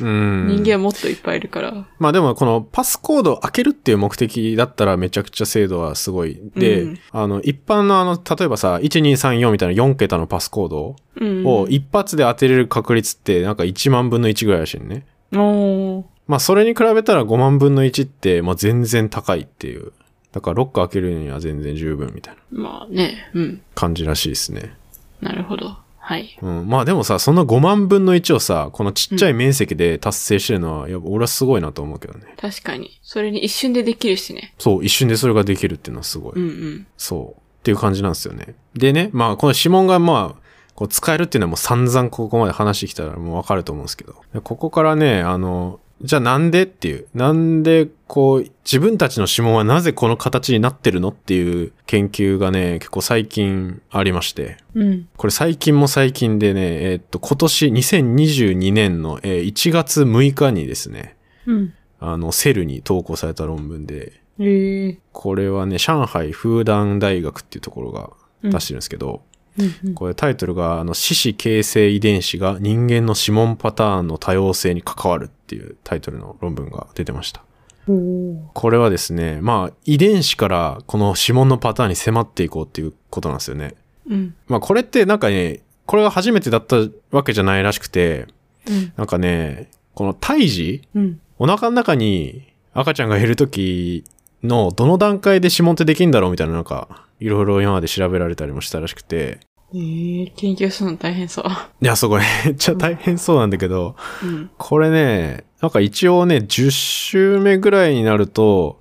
[SPEAKER 1] うん。
[SPEAKER 2] 人間もっといっぱいいるから。
[SPEAKER 1] まあでもこのパスコードを開けるっていう目的だったらめちゃくちゃ精度はすごい。で、
[SPEAKER 2] うん
[SPEAKER 1] あの一般のあの、例えばさ、1234みたいな4桁のパスコード
[SPEAKER 2] うん。
[SPEAKER 1] を一発で当てれる確率ってなんか1万分の1ぐらいらしいね。
[SPEAKER 2] おー
[SPEAKER 1] まあそれに比べたら5万分の1ってまあ全然高いっていう。だからロック開けるには全然十分みたいな
[SPEAKER 2] まあね、うん。
[SPEAKER 1] 感じらしいですね。
[SPEAKER 2] なるほど。はい。
[SPEAKER 1] うん。まあでもさ、その5万分の1をさ、このちっちゃい面積で達成してるのは、やっぱ俺はすごいなと思うけどね。
[SPEAKER 2] 確かに。それに一瞬でできるしね。
[SPEAKER 1] そう、一瞬でそれができるっていうのはすごい。
[SPEAKER 2] うんうん。
[SPEAKER 1] そう。っていう感じなんですよね。でね、まあ、この指紋がまあ、こう使えるっていうのはもう散々ここまで話してきたらもうわかると思うんですけど。でここからね、あの、じゃあなんでっていう。なんで、こう、自分たちの指紋はなぜこの形になってるのっていう研究がね、結構最近ありまして。
[SPEAKER 2] うん。
[SPEAKER 1] これ最近も最近でね、えーっと、今年2022年のえー1月6日にですね、
[SPEAKER 2] うん。
[SPEAKER 1] あの、セルに投稿された論文で、
[SPEAKER 2] へえ。
[SPEAKER 1] これはね、上海フーダン大学っていうところが出してるんですけど、
[SPEAKER 2] うんうん
[SPEAKER 1] これタイトルが、あの、四子形成遺伝子が人間の指紋パターンの多様性に関わるっていうタイトルの論文が出てました。
[SPEAKER 2] お
[SPEAKER 1] これはですね、まあ、遺伝子からこの指紋のパターンに迫っていこうっていうことなんですよね。
[SPEAKER 2] うん。
[SPEAKER 1] まあ、これってなんかね、これが初めてだったわけじゃないらしくて、
[SPEAKER 2] うん。
[SPEAKER 1] なんかね、この胎児
[SPEAKER 2] うん。
[SPEAKER 1] お腹の中に赤ちゃんがいる時のどの段階で指紋ってできんだろうみたいななんか、いろいろ今まで調べられたりもしたらしくて。
[SPEAKER 2] ええ、研究するの大変そう。
[SPEAKER 1] いや、すごい。 [LAUGHS] めっちゃ大変そうなんだけど、
[SPEAKER 2] うん。
[SPEAKER 1] これね、なんか一応ね、10週目ぐらいになると、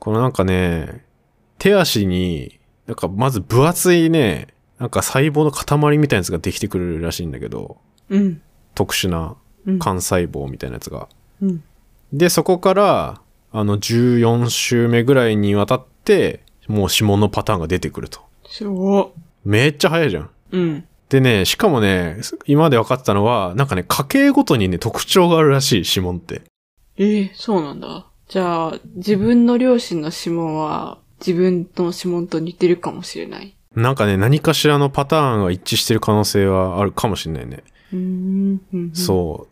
[SPEAKER 1] このなんかね、手足に、なんかまず分厚いね、なんか細胞の塊みたいなやつができてくるらしいんだけど、
[SPEAKER 2] うん。
[SPEAKER 1] 特殊な
[SPEAKER 2] うん。
[SPEAKER 1] 幹細胞みたいなやつが。
[SPEAKER 2] うん。
[SPEAKER 1] で、そこから、あの、14週目ぐらいにわたって、もう指紋のパターンが出てくると。
[SPEAKER 2] すご
[SPEAKER 1] めっちゃ早いじゃん。
[SPEAKER 2] い。うん。
[SPEAKER 1] でね、しかもね、今まで分かってたのは、なんかね、家系ごとにね、特徴があるらしい、指紋って。
[SPEAKER 2] ええ、そうなんだ。じゃあ、自分の両親の指紋は、自分の指紋と似てるかもしれない。
[SPEAKER 1] なんかね、何かしらのパターンが一致してる可能性はあるかもしれないね。
[SPEAKER 2] うーん。うん
[SPEAKER 1] そ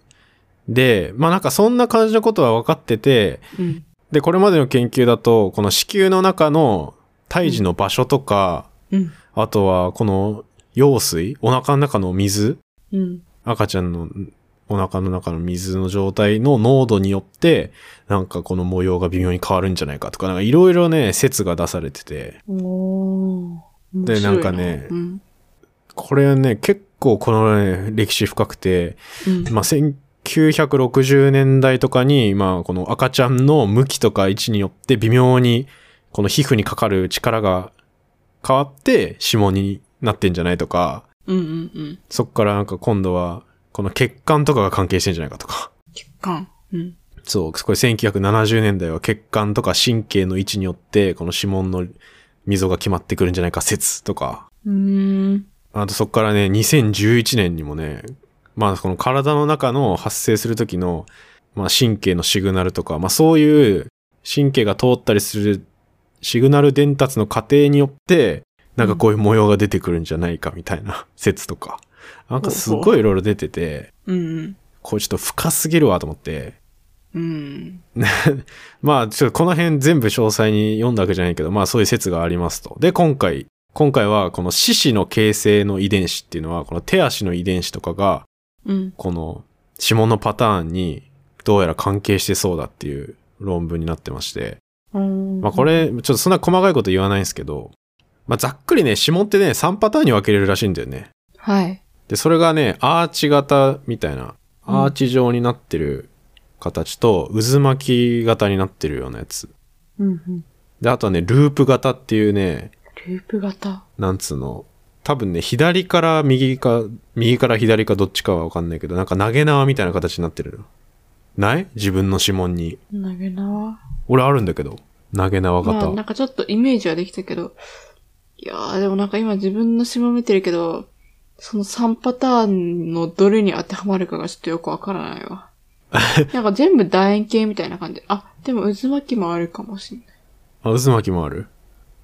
[SPEAKER 1] う。で、まあなんかそんな感じのことは分かってて、
[SPEAKER 2] うん。うん。
[SPEAKER 1] で、これまでの研究だと、この子宮の中の胎児の場所とか、
[SPEAKER 2] うん。
[SPEAKER 1] あとはこの羊水、お腹の中の水
[SPEAKER 2] うん。
[SPEAKER 1] 赤ちゃんのお腹の中の水の状態の濃度によって、なんかこの模様が微妙に変わるんじゃないかとか、なんかいろいろね、説が出されてて、
[SPEAKER 2] おー
[SPEAKER 1] で
[SPEAKER 2] 面白い
[SPEAKER 1] なんかね
[SPEAKER 2] うん。
[SPEAKER 1] これね、結構このね、歴史深くて、
[SPEAKER 2] うん。
[SPEAKER 1] まあ、1960年代とかに、まあ、この赤ちゃんの向きとか位置によって微妙に、この皮膚にかかる力が変わって指紋になってんじゃないとか、
[SPEAKER 2] うんうんうん。
[SPEAKER 1] そっからなんか今度は、この血管とかが関係してんじゃないかとか。
[SPEAKER 2] 血管。うん。
[SPEAKER 1] そう、これ1970年代は血管とか神経の位置によって、この指紋の溝が決まってくるんじゃないか説とか。
[SPEAKER 2] うーん。
[SPEAKER 1] あとそこからね、2011年にもね、まあこの体の中の発生する時の、まあ神経のシグナルとか、まあそういう神経が通ったりするシグナル伝達の過程によって、なんかこういう模様が出てくるんじゃないかみたいな説とか。なんかすごいいろいろ出てて、
[SPEAKER 2] うん
[SPEAKER 1] これちょっと深すぎるわと思って、
[SPEAKER 2] うん。うん。
[SPEAKER 1] まあ、ちょっとこの辺全部詳細に読んだわけじゃないけど、まあそういう説がありますと。で、今回、今回はこの四肢の形成の遺伝子っていうのは、この手足の遺伝子とかが、
[SPEAKER 2] うん。
[SPEAKER 1] この指紋のパターンにどうやら関係してそうだっていう論文になってまして。
[SPEAKER 2] うん
[SPEAKER 1] まあこ。れ、ちょっとそんな細かいこと言わないんですけど、まあざっくりね、指紋ってね、3パターンに分けれるらしいんだよね。
[SPEAKER 2] はい。
[SPEAKER 1] で、それがね、アーチ型みたいな、
[SPEAKER 2] うん
[SPEAKER 1] アーチ状になってる形と、渦巻き型になってるようなやつ。
[SPEAKER 2] うんうん。
[SPEAKER 1] で、あとはね、ループ型っていうね、
[SPEAKER 2] ループ型。
[SPEAKER 1] なんつうの、多分ね、左から右か、右から左かどっちかはわかんないけど、なんか投げ縄みたいな形になってる。ない自分の指紋に。
[SPEAKER 2] 投げ縄。
[SPEAKER 1] 俺あるんだけど。投げ縄
[SPEAKER 2] ま
[SPEAKER 1] 型。
[SPEAKER 2] あ、なんかちょっとイメージはできたけど。いやー、でもなんか今自分の指紋見てるけど、その3パターンのどれに当てはまるかがちょっとよくわからない [LAUGHS] わ。なんか全部楕円形みたいな感じ。あ、でも渦巻きもあるかもしんない。
[SPEAKER 1] あ、渦巻きもある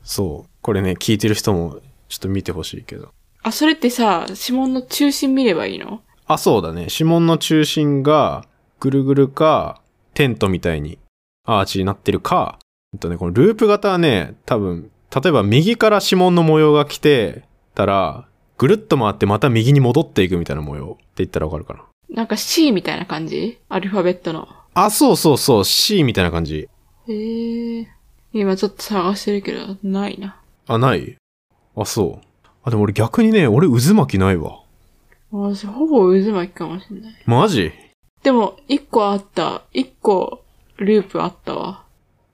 [SPEAKER 1] そう。これね、聞いてる人もちょっと見てほしいけど。
[SPEAKER 2] あ、それってさ、指紋の中心見ればいいの
[SPEAKER 1] あ、そうだね。指紋の中心がぐるぐるか、テントみたいにアーチになってるか、えっとね、このループ型はね、多分、例えば右から指紋の模様が来てたら、ぐるっと回ってまた右に戻っていくみたいな模様って言ったらわかるかな。
[SPEAKER 2] なんか C みたいな感じアルファベットの。
[SPEAKER 1] あ、そうそうそう、C みたいな感じ。
[SPEAKER 2] へー。今ちょっと探してるけど、ないな。
[SPEAKER 1] あ、ないあ、そう。あ、でも俺逆にね、俺渦巻きないわ。
[SPEAKER 2] 私、ほぼ渦巻きかもしんない。
[SPEAKER 1] マジ
[SPEAKER 2] でも、一個あった。一個、ループあったわ。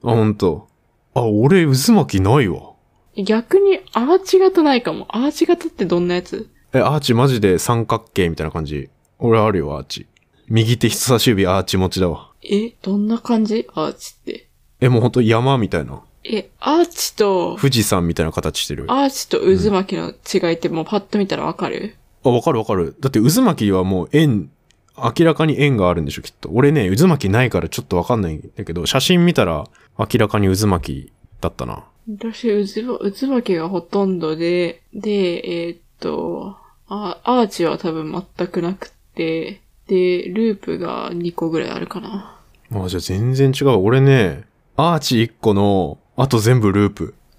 [SPEAKER 1] あ、ほんと。あ、俺渦巻きないわ。
[SPEAKER 2] 逆に、アーチ型ないかも。アーチ型ってどんなやつ
[SPEAKER 1] え、アーチマジで三角形みたいな感じ。俺あるよ、アーチ。右手人差し指アーチ持ちだわ。
[SPEAKER 2] え、どんな感じアーチって。
[SPEAKER 1] え、もうほんと山みたいな。
[SPEAKER 2] え、アーチと、
[SPEAKER 1] 富士山みたいな形してる。あ、
[SPEAKER 2] アーチと渦巻きの違いってもうパッと見たらわかる、
[SPEAKER 1] わかるわかる。だって渦巻きはもう円、明らかに円があるんでしょ、きっと。俺ね、渦巻きないからちょっとわかんないんだけど、写真見たら明らかに渦巻きだったな。
[SPEAKER 2] 私、渦巻、渦巻きがほとんどで、で、えーっと、あアーチは多分全くなくって、で、ループが2個ぐらいあるかな。
[SPEAKER 1] まあじゃあ全然違う。俺ね、アーチ1個の、あと全部ループ。 [LAUGHS]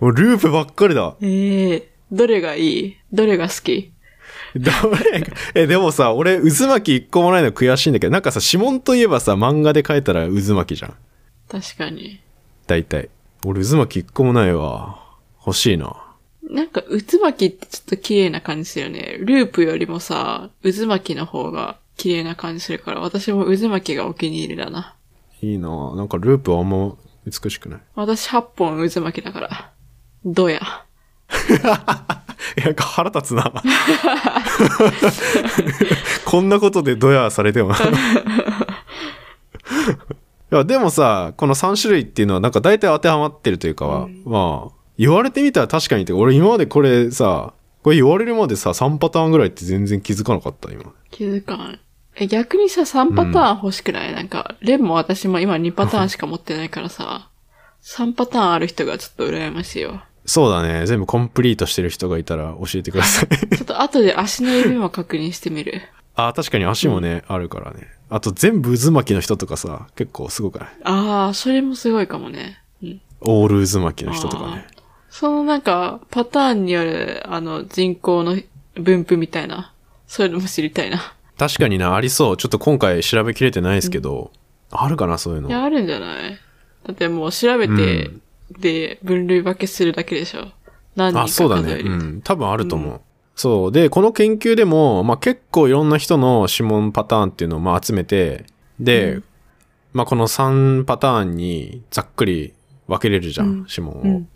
[SPEAKER 1] もうループばっかりだ。
[SPEAKER 2] ええどれがいいどれが好き
[SPEAKER 1] [LAUGHS] どれがえ、でもさ、俺、渦巻き一個もないの悔しいんだけど、なんかさ、指紋といえばさ、漫画で描いたら渦巻きじゃん。
[SPEAKER 2] 確かに。
[SPEAKER 1] 大体。俺、渦巻き一個もないわ。欲しいな。
[SPEAKER 2] なんか、渦巻きってちょっと綺麗な感じするよね。ループよりもさ、渦巻きの方が綺麗な感じするから、私も渦巻きがお気に入りだな。
[SPEAKER 1] いいななんかループはあんま美しくない。
[SPEAKER 2] 私8本渦巻きだから。どうや。
[SPEAKER 1] い [LAUGHS] や、なんか腹立つな。こんなことでドヤされても。いや、でもさ、この3種類っていうのはなんか大体当てはまってるというかは、まあ、言われてみたら確かにって、俺今までこれさ、これ言われるまでさ、3パターンぐらいって全然気づかなかった、今。
[SPEAKER 2] 気づかん。え、逆にさ、3パターン欲しくない、なんか、レンも私も今2パターンしか持ってないからさ、3パターンある人がちょっと羨ましいわ。
[SPEAKER 1] そうだね。全部コンプリートしてる人がいたら教えてください。
[SPEAKER 2] ちょっと後で足の指も確認してみる。
[SPEAKER 1] [LAUGHS] あ、確かに足もね、あるからね。あと全部渦巻きの人とかさ、結構すごくない
[SPEAKER 2] ああ、それもすごいかもね。うん。
[SPEAKER 1] オール渦巻きの人とかね。
[SPEAKER 2] そのなんか、パターンによる、あの、人口の分布みたいな、そういうのも知りたいな。
[SPEAKER 1] 確かにな、ありそう。ちょっと今回調べきれてないですけど、あるかな、そういう
[SPEAKER 2] いや、
[SPEAKER 1] の。
[SPEAKER 2] あるんじゃないだってもう調べて、
[SPEAKER 1] う
[SPEAKER 2] で、分類分けするだけでしょ。何人か
[SPEAKER 1] あ、そうだ
[SPEAKER 2] 数
[SPEAKER 1] ね。
[SPEAKER 2] える
[SPEAKER 1] う。ん。多分あると思う。そう。で、この研究でも、まあ、結構いろんな人の指紋パターンっていうのをまあ集めて、で、
[SPEAKER 2] うん
[SPEAKER 1] まあ、この3パターンにざっくり分けれるじゃん、
[SPEAKER 2] うん
[SPEAKER 1] 指紋を。
[SPEAKER 2] うん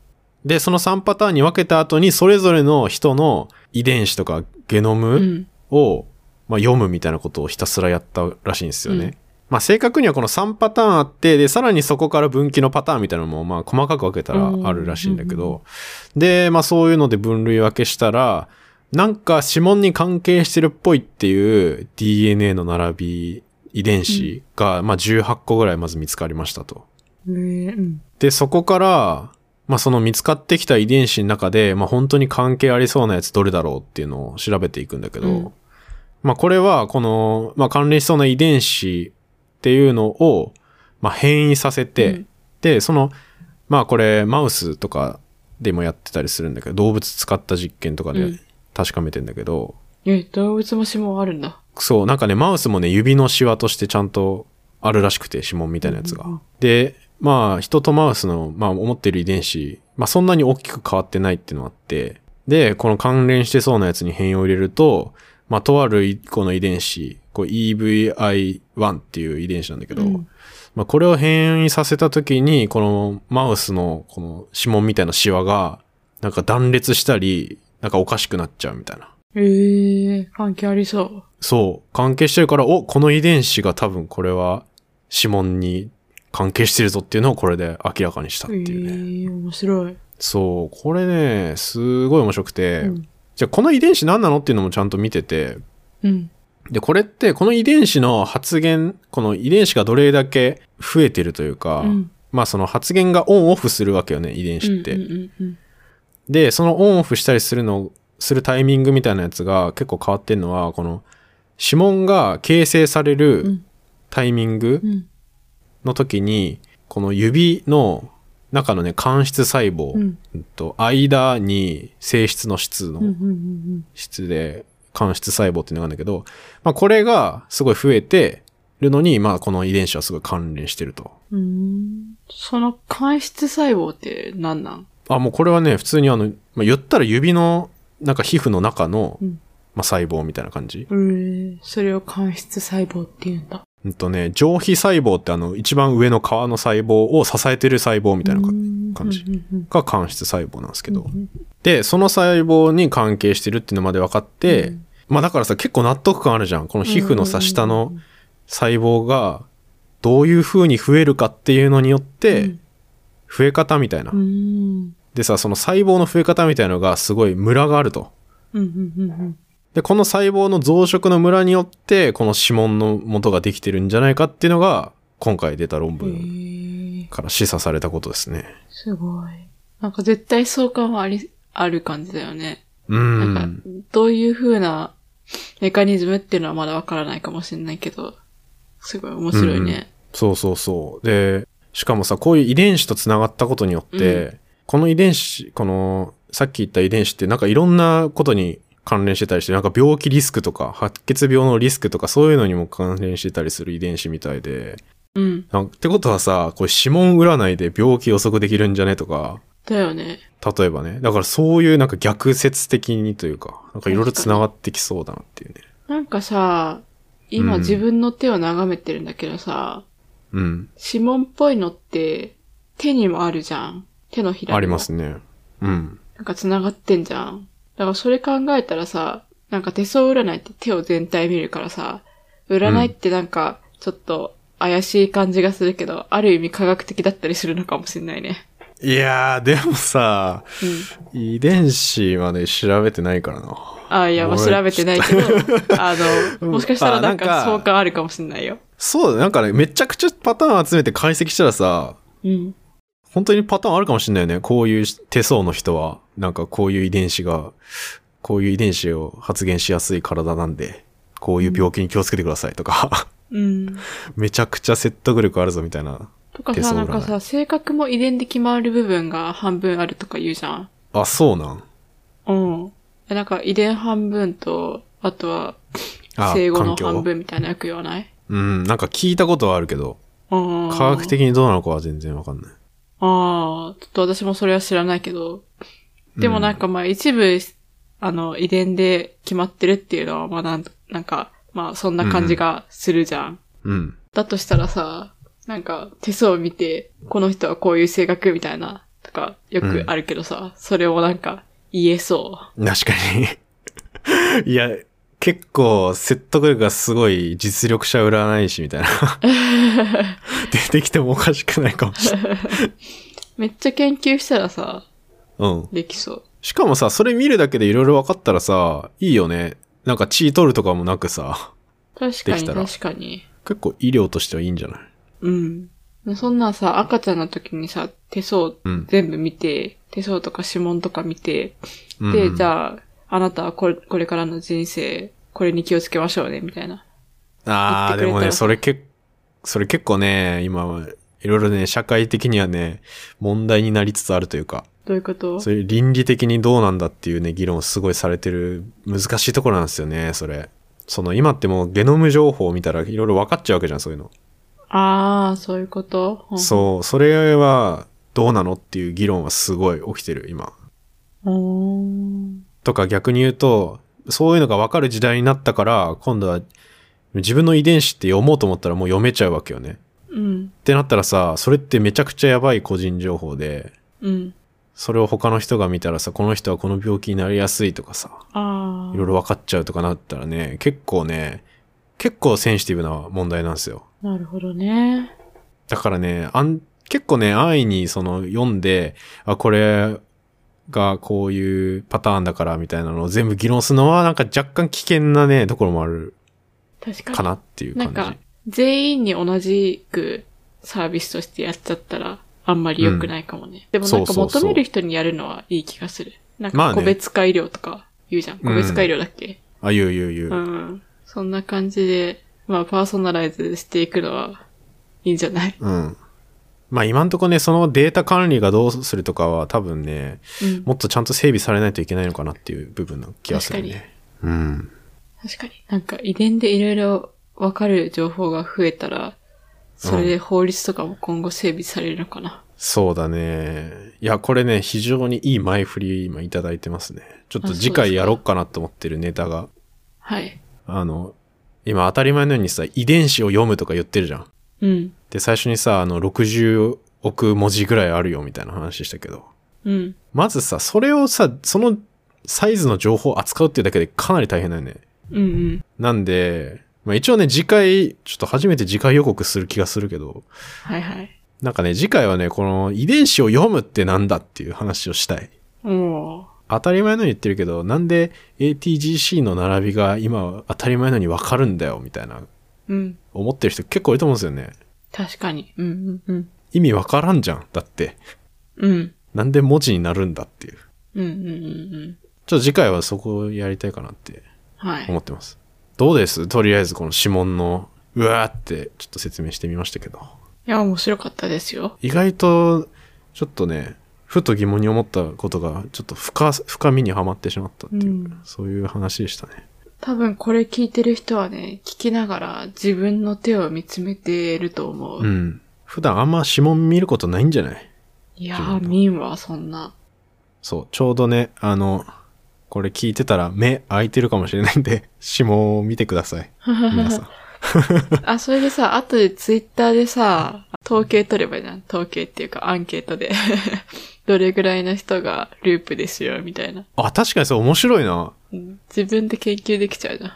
[SPEAKER 1] で、その3パターンに分けた後に、それぞれの人の遺伝子とかゲノ
[SPEAKER 2] う
[SPEAKER 1] ム
[SPEAKER 2] ん。
[SPEAKER 1] を、まあ、読むみたいなことをひたすらやったらしいんですよね。
[SPEAKER 2] うん
[SPEAKER 1] まあ、正確にはこの3パターンあって、で、さらにそこから分岐のパターンみたいなのも、まあ、細かく分けたらあるらしいんだけど、で、まあ、そういうので分類分けしたら、なんか指紋に関係してるっぽいっていう DNA の並び遺伝子が、まあ、18個ぐらいまず見つかりましたと。
[SPEAKER 2] ねうん。
[SPEAKER 1] で、そこから、まあ、その見つかってきた遺伝子の中で、まあ、本当に関係ありそうなやつどれだろうっていうのを調べていくんだけど、
[SPEAKER 2] うん
[SPEAKER 1] まあ、これは、この、まあ、関連しそうな遺伝子っていうのを、まあ、変異させて、
[SPEAKER 2] うん
[SPEAKER 1] で、その、まあ、これ、マウスとかでもやってたりするんだけど、動物使った実験とか
[SPEAKER 2] う
[SPEAKER 1] で
[SPEAKER 2] ん
[SPEAKER 1] 確かめてんだけど、
[SPEAKER 2] え、動物も指紋あるんだ。
[SPEAKER 1] そう、なんかね、マウスもね、指のシワとしてちゃんとあるらしくて、指紋みたいなやつが。
[SPEAKER 2] うんうんうん
[SPEAKER 1] で、まあ、人とマウスの、まあ、思ってる遺伝子、まあ、そんなに大きく変わってないっていうのがあって、で、この関連してそうなやつに変異を入れると、まあ、とある1個の遺伝子、こう EVI1 っていう遺伝子なんだけど、
[SPEAKER 2] うん
[SPEAKER 1] まあ、これを変異させた時に、このマウスのこの指紋みたいなシワが、なんか断裂したり、なんかおかしくなっちゃうみたいな。
[SPEAKER 2] ええ関係ありそう。
[SPEAKER 1] そう。関係してるから、お、この遺伝子が多分これは指紋に関係してるぞっていうのをこれで明らかにしたっていうね。
[SPEAKER 2] えー、面白い。
[SPEAKER 1] そう、これね、すごい面白くて、
[SPEAKER 2] うん
[SPEAKER 1] じゃあこの遺伝子何なのっていうのもちゃんと見てて、
[SPEAKER 2] うん。
[SPEAKER 1] で、これって、この遺伝子の発現、この遺伝子がどれだけ増えてるというか、
[SPEAKER 2] うん
[SPEAKER 1] まあその発現がオンオフするわけよね、遺伝子って。
[SPEAKER 2] うんうんうんうん
[SPEAKER 1] で、そのオンオフしたりするの、するタイミングみたいなやつが結構変わってんのは、この指紋が形成され
[SPEAKER 2] う
[SPEAKER 1] る
[SPEAKER 2] ん
[SPEAKER 1] タイミング
[SPEAKER 2] うん
[SPEAKER 1] の時に、この指の中のね、間質細胞、
[SPEAKER 2] うん
[SPEAKER 1] うんと間に性質の質
[SPEAKER 2] うんうん
[SPEAKER 1] の
[SPEAKER 2] うん
[SPEAKER 1] 質で間質細胞っていうのがあるんだけど、まあこれがすごい増えてるのに、まあこの遺伝子はすごい関連してると。
[SPEAKER 2] うんうんその間質細胞って何なん
[SPEAKER 1] あ、もうこれはね、普通にあの、まあ、言ったら指の、なんか皮膚の中の、
[SPEAKER 2] うん
[SPEAKER 1] まあ細胞みたいな感じ。
[SPEAKER 2] えー、それを間質細胞って言うんだ。
[SPEAKER 1] うんとね、上皮細胞ってあの、一番上の皮の細胞を支えてる細胞みたいなか
[SPEAKER 2] うん
[SPEAKER 1] 感じ
[SPEAKER 2] うんうんうん
[SPEAKER 1] が間質細胞なんですけど。
[SPEAKER 2] うん
[SPEAKER 1] で、その細胞に関係してるっていうのまで分かって、
[SPEAKER 2] うん
[SPEAKER 1] まあだからさ、結構納得感あるじゃん。この皮膚のさ、
[SPEAKER 2] うん
[SPEAKER 1] 下の細胞が、どういう風に増えるかっていうのによって、増え方みたいな
[SPEAKER 2] う。ん
[SPEAKER 1] でさ、その細胞の増え方みたいのがすごいムラがあると。
[SPEAKER 2] うんうんうんうん
[SPEAKER 1] で、この細胞の増殖のムラによって、この指紋の元ができてるんじゃないかっていうのが、今回出た論
[SPEAKER 2] うん
[SPEAKER 1] 文
[SPEAKER 2] へえ
[SPEAKER 1] から示唆されたことですね。
[SPEAKER 2] すごい。なんか絶対相関はあり、ある感じだよね。
[SPEAKER 1] う
[SPEAKER 2] なんん。か、どういう風なメカニズムっていうのはまだわからないかもしれないけど、すごい面白いね。
[SPEAKER 1] そうそうそう。で、しかもさ、こういう遺伝子と繋がったことによって、
[SPEAKER 2] う
[SPEAKER 1] この遺伝子、この、さっき言った遺伝子ってなんかいろんなことに関連してたりして、なんか病気リスクとか、白血病のリスクとか、そういうのにも関連してたりする遺伝子みたいで。
[SPEAKER 2] うん。
[SPEAKER 1] なんってことはさ、これ指紋占いで病気予測できるんじゃねとか、
[SPEAKER 2] だよね。
[SPEAKER 1] 例えばね。だからそういうなんか逆説的にというか、なんかいろいろ繋がってきそうだなっていうね。
[SPEAKER 2] なんかさ、今
[SPEAKER 1] うん
[SPEAKER 2] 自分の手を眺めてるんだけどさ、
[SPEAKER 1] うん。
[SPEAKER 2] 指紋っぽいのって手にもあるじゃん。手のひらにも
[SPEAKER 1] ありますね。うん。
[SPEAKER 2] なんか繋がってんじゃん。だからそれ考えたらさ、なんか手相占いって手を全体見るからさ、占いってなんかちょっと怪しい感じがするけど、ある意味科学的だったりするのかもしれないね。
[SPEAKER 1] いやー、でもさ、 [LAUGHS]
[SPEAKER 2] うん。
[SPEAKER 1] 遺伝子まで調べてないからな。
[SPEAKER 2] あいや、まあ、
[SPEAKER 1] 俺
[SPEAKER 2] 調べてないけ
[SPEAKER 1] [LAUGHS]
[SPEAKER 2] ど、あの、もしかしたらなん
[SPEAKER 1] あなん
[SPEAKER 2] か
[SPEAKER 1] か
[SPEAKER 2] 相関あるかもしれないよ。
[SPEAKER 1] そうだ、なんかね、めちゃくちゃパターン集めて解析したらさ、
[SPEAKER 2] うん。
[SPEAKER 1] 本当にパターンあるかもしれないよね。こういう手相の人は、なんかこういう遺伝子が、こういう遺伝子を発現しやすい体なんで、こういう病気に気をつけてくださいとか、
[SPEAKER 2] うん。
[SPEAKER 1] [LAUGHS] めちゃくちゃ説得力あるぞみたいな。
[SPEAKER 2] とか
[SPEAKER 1] 手相
[SPEAKER 2] さ、
[SPEAKER 1] 占
[SPEAKER 2] ないんかさ、性格も遺伝で決まる部分が半分あるとか言うじゃん。
[SPEAKER 1] あ、そうなん。
[SPEAKER 2] うん。えなんか遺伝半分と、あとは
[SPEAKER 1] あ、
[SPEAKER 2] 生後の
[SPEAKER 1] 環
[SPEAKER 2] 半
[SPEAKER 1] 境。
[SPEAKER 2] 分みたいなよく言わない
[SPEAKER 1] うん、なんか聞いたことはあるけど、
[SPEAKER 2] 科
[SPEAKER 1] 科学。的にどうなのかは全然わかんない。
[SPEAKER 2] ああ、ちょっと私もそれは知らないけど。でもなんかまあ一部、あの、遺伝で決まってるっていうのは、まあなん、なんか、まあそんな感じがするじゃん。
[SPEAKER 1] うん。
[SPEAKER 2] だとしたらさ、なんか手相を見て、この人はこういう性格みたいな、とかよくあるけどさ、それをなんか言えそ
[SPEAKER 1] 確かに。い [LAUGHS] や、結構説得力がすごい実力者占い師みたい
[SPEAKER 2] [LAUGHS]
[SPEAKER 1] な。出てきてもおかしくないかもしれない。
[SPEAKER 2] う。めっちゃ研究したらさ、
[SPEAKER 1] うん。
[SPEAKER 2] できそう。
[SPEAKER 1] しかもさ、それ見るだけでいろいろ分かったらさ、いいよね。なんか血取るとかもなくさ、
[SPEAKER 2] 確か
[SPEAKER 1] でき
[SPEAKER 2] に
[SPEAKER 1] たら
[SPEAKER 2] 確かに。
[SPEAKER 1] 結構医療としてはいいんじゃない
[SPEAKER 2] うん。そんなんさ、赤ちゃんの時にさ、手相
[SPEAKER 1] うん
[SPEAKER 2] 全部見て、手相とか指紋とか見て、
[SPEAKER 1] うん
[SPEAKER 2] で、
[SPEAKER 1] うん
[SPEAKER 2] じゃあ、あなたはこれこれからの人生、これに気をつけましょうね、みたいな。
[SPEAKER 1] ああ、
[SPEAKER 2] 言って
[SPEAKER 1] で
[SPEAKER 2] くれたら
[SPEAKER 1] もね、
[SPEAKER 2] さ
[SPEAKER 1] それ結、それ結構ね、今、いろいろね、社会的にはね、問題になりつつあるというか、
[SPEAKER 2] どういうこと
[SPEAKER 1] そういう倫理的にどうなんだっていうね、議論をすごいされてる、難しいところなんですよね、それ。その、今ってもうゲノム情報を見たらいろいろ分かっちゃうわけじゃん、そういうの。
[SPEAKER 2] ああ、そういうこと
[SPEAKER 1] そう、それはどうなのっていう議論はすごい起きてる、今。
[SPEAKER 2] う。おー
[SPEAKER 1] とか逆に言うと、そういうのが分かる時代になったから、今度は自分の遺伝子って読もうと思ったらもう読めちゃうわけよね。
[SPEAKER 2] うん。
[SPEAKER 1] ってなったらさ、それってめちゃくちゃやばい個人情報で、
[SPEAKER 2] うん。
[SPEAKER 1] それを他の人が見たらさ、この人はこの病気になりやすいとかさ、
[SPEAKER 2] ああ。
[SPEAKER 1] いろいろ分かっちゃうとかなったらね、結構ね、結構センシティブな問題なんですよ。
[SPEAKER 2] なるほどね。
[SPEAKER 1] だからね、あん、結構ね、安易にその読んで、あ、これがこういうパターンだからみたいなのを全部議論するのはなんか若干危険なね、ところもある
[SPEAKER 2] 確かに。
[SPEAKER 1] かなっていう
[SPEAKER 2] なんか
[SPEAKER 1] 感、
[SPEAKER 2] 全員に同じくサービスとしてやっちゃったら、あんまり良くないかもね。でもなん
[SPEAKER 1] そ
[SPEAKER 2] か
[SPEAKER 1] うそうそう
[SPEAKER 2] 求める人にやるのはいい気がする。なん
[SPEAKER 1] まあ
[SPEAKER 2] か
[SPEAKER 1] ね
[SPEAKER 2] 個別化医療とか言うじゃん。個別化医療だっけ、
[SPEAKER 1] じ。あ、言う言う言う。
[SPEAKER 2] うん、そんな感じで、まあパーソナライズしていくのはいいんじゃない
[SPEAKER 1] うん。まあ今んとこね、そのデータ管理がどうするとかは多分ね、
[SPEAKER 2] うん。
[SPEAKER 1] もっとちゃんと整備されないといけないのかなっていう部分の気がするね。うん。
[SPEAKER 2] 確かに。なんか遺伝でいろいろわかる情報が増えたら、それで法律とかも今後整備されるのかな。
[SPEAKER 1] そうだね。いや、これね、非常にいい前振り今いただいてますね。ちょっ
[SPEAKER 2] あ
[SPEAKER 1] と
[SPEAKER 2] そう
[SPEAKER 1] 次
[SPEAKER 2] です
[SPEAKER 1] 回
[SPEAKER 2] か
[SPEAKER 1] やろうかなと思ってるネタが、
[SPEAKER 2] はい。
[SPEAKER 1] あの、今当たり前のようにさ、遺伝子を読むとか言ってるじゃん。
[SPEAKER 2] うん。
[SPEAKER 1] で、最初にさ、あの、60億文字ぐらいあるよみたいな話したけど。
[SPEAKER 2] うん。
[SPEAKER 1] まずさ、それをさ、そのサイズの情報を扱うっていうだけでかなり大変だよね。
[SPEAKER 2] うんうん。
[SPEAKER 1] なんで、まあ一応ね、次回、ちょっと初めて次回予告する気がするけど、
[SPEAKER 2] はいはい。
[SPEAKER 1] なんかね、次回はね、この遺伝子を読むってなんだっていう話をしたい。
[SPEAKER 2] おー。
[SPEAKER 1] 当たり前のように言ってるけど、なんで ATGC の並びが今は当たり前のようにわかるんだよ、みたいな、
[SPEAKER 2] うん。
[SPEAKER 1] 思ってる人結構いると思うんですよね。
[SPEAKER 2] 確かに。うんうん
[SPEAKER 1] 意味わからんじゃん。だって。
[SPEAKER 2] うん。うん。
[SPEAKER 1] なんで文字になるんだっていう。
[SPEAKER 2] うんうんうんうん。
[SPEAKER 1] ちょっと次回はそこをやりたいかなって
[SPEAKER 2] はい。
[SPEAKER 1] 思ってます。どうですとりあえずこの指紋の、うわーってちょっと説明してみましたけど。
[SPEAKER 2] いや、面白かったですよ。
[SPEAKER 1] 意外とちょっとねふと疑問に思ったことがちょっと深深みにはまってしまったっていう、
[SPEAKER 2] うん
[SPEAKER 1] そういう話でしたね
[SPEAKER 2] 多分これ聞いてる人はね、聞きながら自分の手を見つめてると思う。
[SPEAKER 1] うん普段あんま指紋見ることないんじゃない
[SPEAKER 2] いや
[SPEAKER 1] 自分
[SPEAKER 2] ー、
[SPEAKER 1] の
[SPEAKER 2] ミンはそんな。
[SPEAKER 1] そうちょうどねあのこれ聞いてたら目開いてるかもしれないんで [LAUGHS] 指紋を見てください皆さん
[SPEAKER 2] [LAUGHS] あ、それでさ、あとでツイッターでさ、統計取ればいいじゃん。統計っていうかアンケートで。 [LAUGHS] どれぐらいの人がループですよ、みたいな。
[SPEAKER 1] あ確かにそれ面白いな
[SPEAKER 2] うん自分で研究できちゃうじゃん。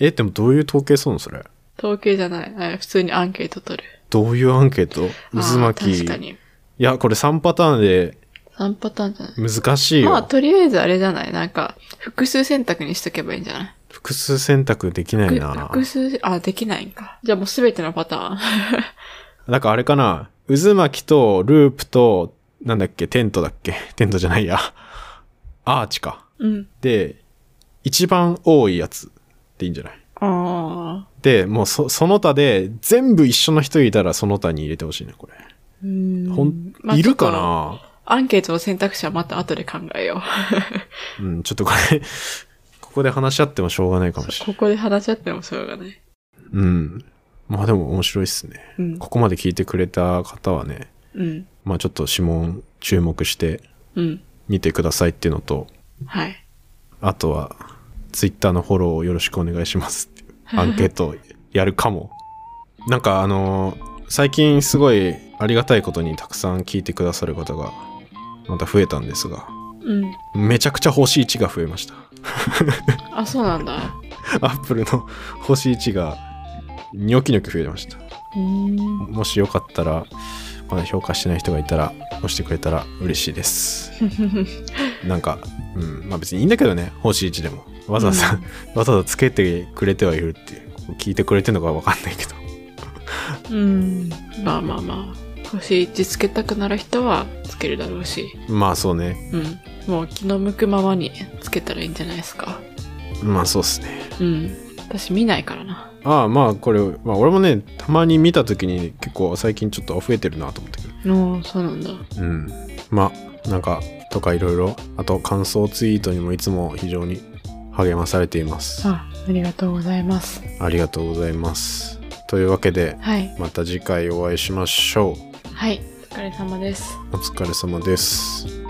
[SPEAKER 1] えでもどういう統計するのそれ
[SPEAKER 2] 統計じゃない。あ普通にアンケート取る。
[SPEAKER 1] どういうアンケート
[SPEAKER 2] あー
[SPEAKER 1] 渦巻き
[SPEAKER 2] 確かに。
[SPEAKER 1] いやこれ3パターンで
[SPEAKER 2] 3パターンじゃない
[SPEAKER 1] 難しいよ、
[SPEAKER 2] まあ、とりあえずあれじゃないなんか、複数選択にしとけばいいんじゃない
[SPEAKER 1] 複数選択できない
[SPEAKER 2] ふ
[SPEAKER 1] な
[SPEAKER 2] 複数、あ、できないんか。じゃあもうすべてのパターン。
[SPEAKER 1] なんかあれかな渦巻きとループと、なんだっけテントだっけ [LAUGHS] テントじゃないや。アーチか。
[SPEAKER 2] うん。
[SPEAKER 1] で、一番多いやつでいいんじゃない
[SPEAKER 2] [LAUGHS] ああ。
[SPEAKER 1] で、もうそその他で全部一緒の人いたらその他に入れてほしいね、これ。
[SPEAKER 2] うーん。
[SPEAKER 1] ほん、
[SPEAKER 2] まあ
[SPEAKER 1] いるか
[SPEAKER 2] ちょっ
[SPEAKER 1] な
[SPEAKER 2] とアンケートの選択肢はまた後で考えよ
[SPEAKER 1] うん、ちょっとこれ、 [LAUGHS] ここで話し合ってもしょうがないかもし
[SPEAKER 2] う。
[SPEAKER 1] れな
[SPEAKER 2] こ
[SPEAKER 1] い。
[SPEAKER 2] こで話し合ってもしょうがない。
[SPEAKER 1] うん。まあでも面白いっすね。
[SPEAKER 2] うん。
[SPEAKER 1] ここまで聞いてくれた方はね、
[SPEAKER 2] うん。
[SPEAKER 1] まあちょっと指紋注目して
[SPEAKER 2] うん。
[SPEAKER 1] みてくださいっていうのと、
[SPEAKER 2] はい。
[SPEAKER 1] あとは、ツイッターのフォローをよろしくお願いしますっていうアンケートをやるかも。なんかあのー最近すごいありがたいことにたくさん聞いてくださる方がまた増えたんですが、
[SPEAKER 2] うん。
[SPEAKER 1] めちゃくちゃ星1が増えました。 [LAUGHS]
[SPEAKER 2] あ、そうなんだ。
[SPEAKER 1] アップルの [LAUGHS] 星1がニョキニョキ増えました。
[SPEAKER 2] うーん。
[SPEAKER 1] もしよかったら、まだ評価してない人がいたら、押してくれたら嬉しいです。なんか、うん、まあ別にいいんだけどね、星1でも。わざわざ、わざわざつけてくれてはいるっていう。こう聞いてくれてるのかわかんないけど。 [LAUGHS]
[SPEAKER 2] うん。まあまあまあ。星1つけたくなる人はつけるだろうし。
[SPEAKER 1] まあそうね。
[SPEAKER 2] うん。もう気の向くままにつけたらいいんじゃないですか。
[SPEAKER 1] まあそうっすね。
[SPEAKER 2] うん。私見ないからな。
[SPEAKER 1] ああまあこれ、まあ俺もね、たまに見た時に結構最近ちょっと増えてるなと思ったけ
[SPEAKER 2] おーそうなんだ。
[SPEAKER 1] ど。うん。まあ、なんか、とかいろいろ。あと感想ツイートにもいつも非常に励まされています。
[SPEAKER 2] あ、ありがとうございます。
[SPEAKER 1] ありがとうございます。というわけで、
[SPEAKER 2] はい。
[SPEAKER 1] また次回お会いしましょう。
[SPEAKER 2] はい。お疲れ様です。
[SPEAKER 1] お疲れ様です。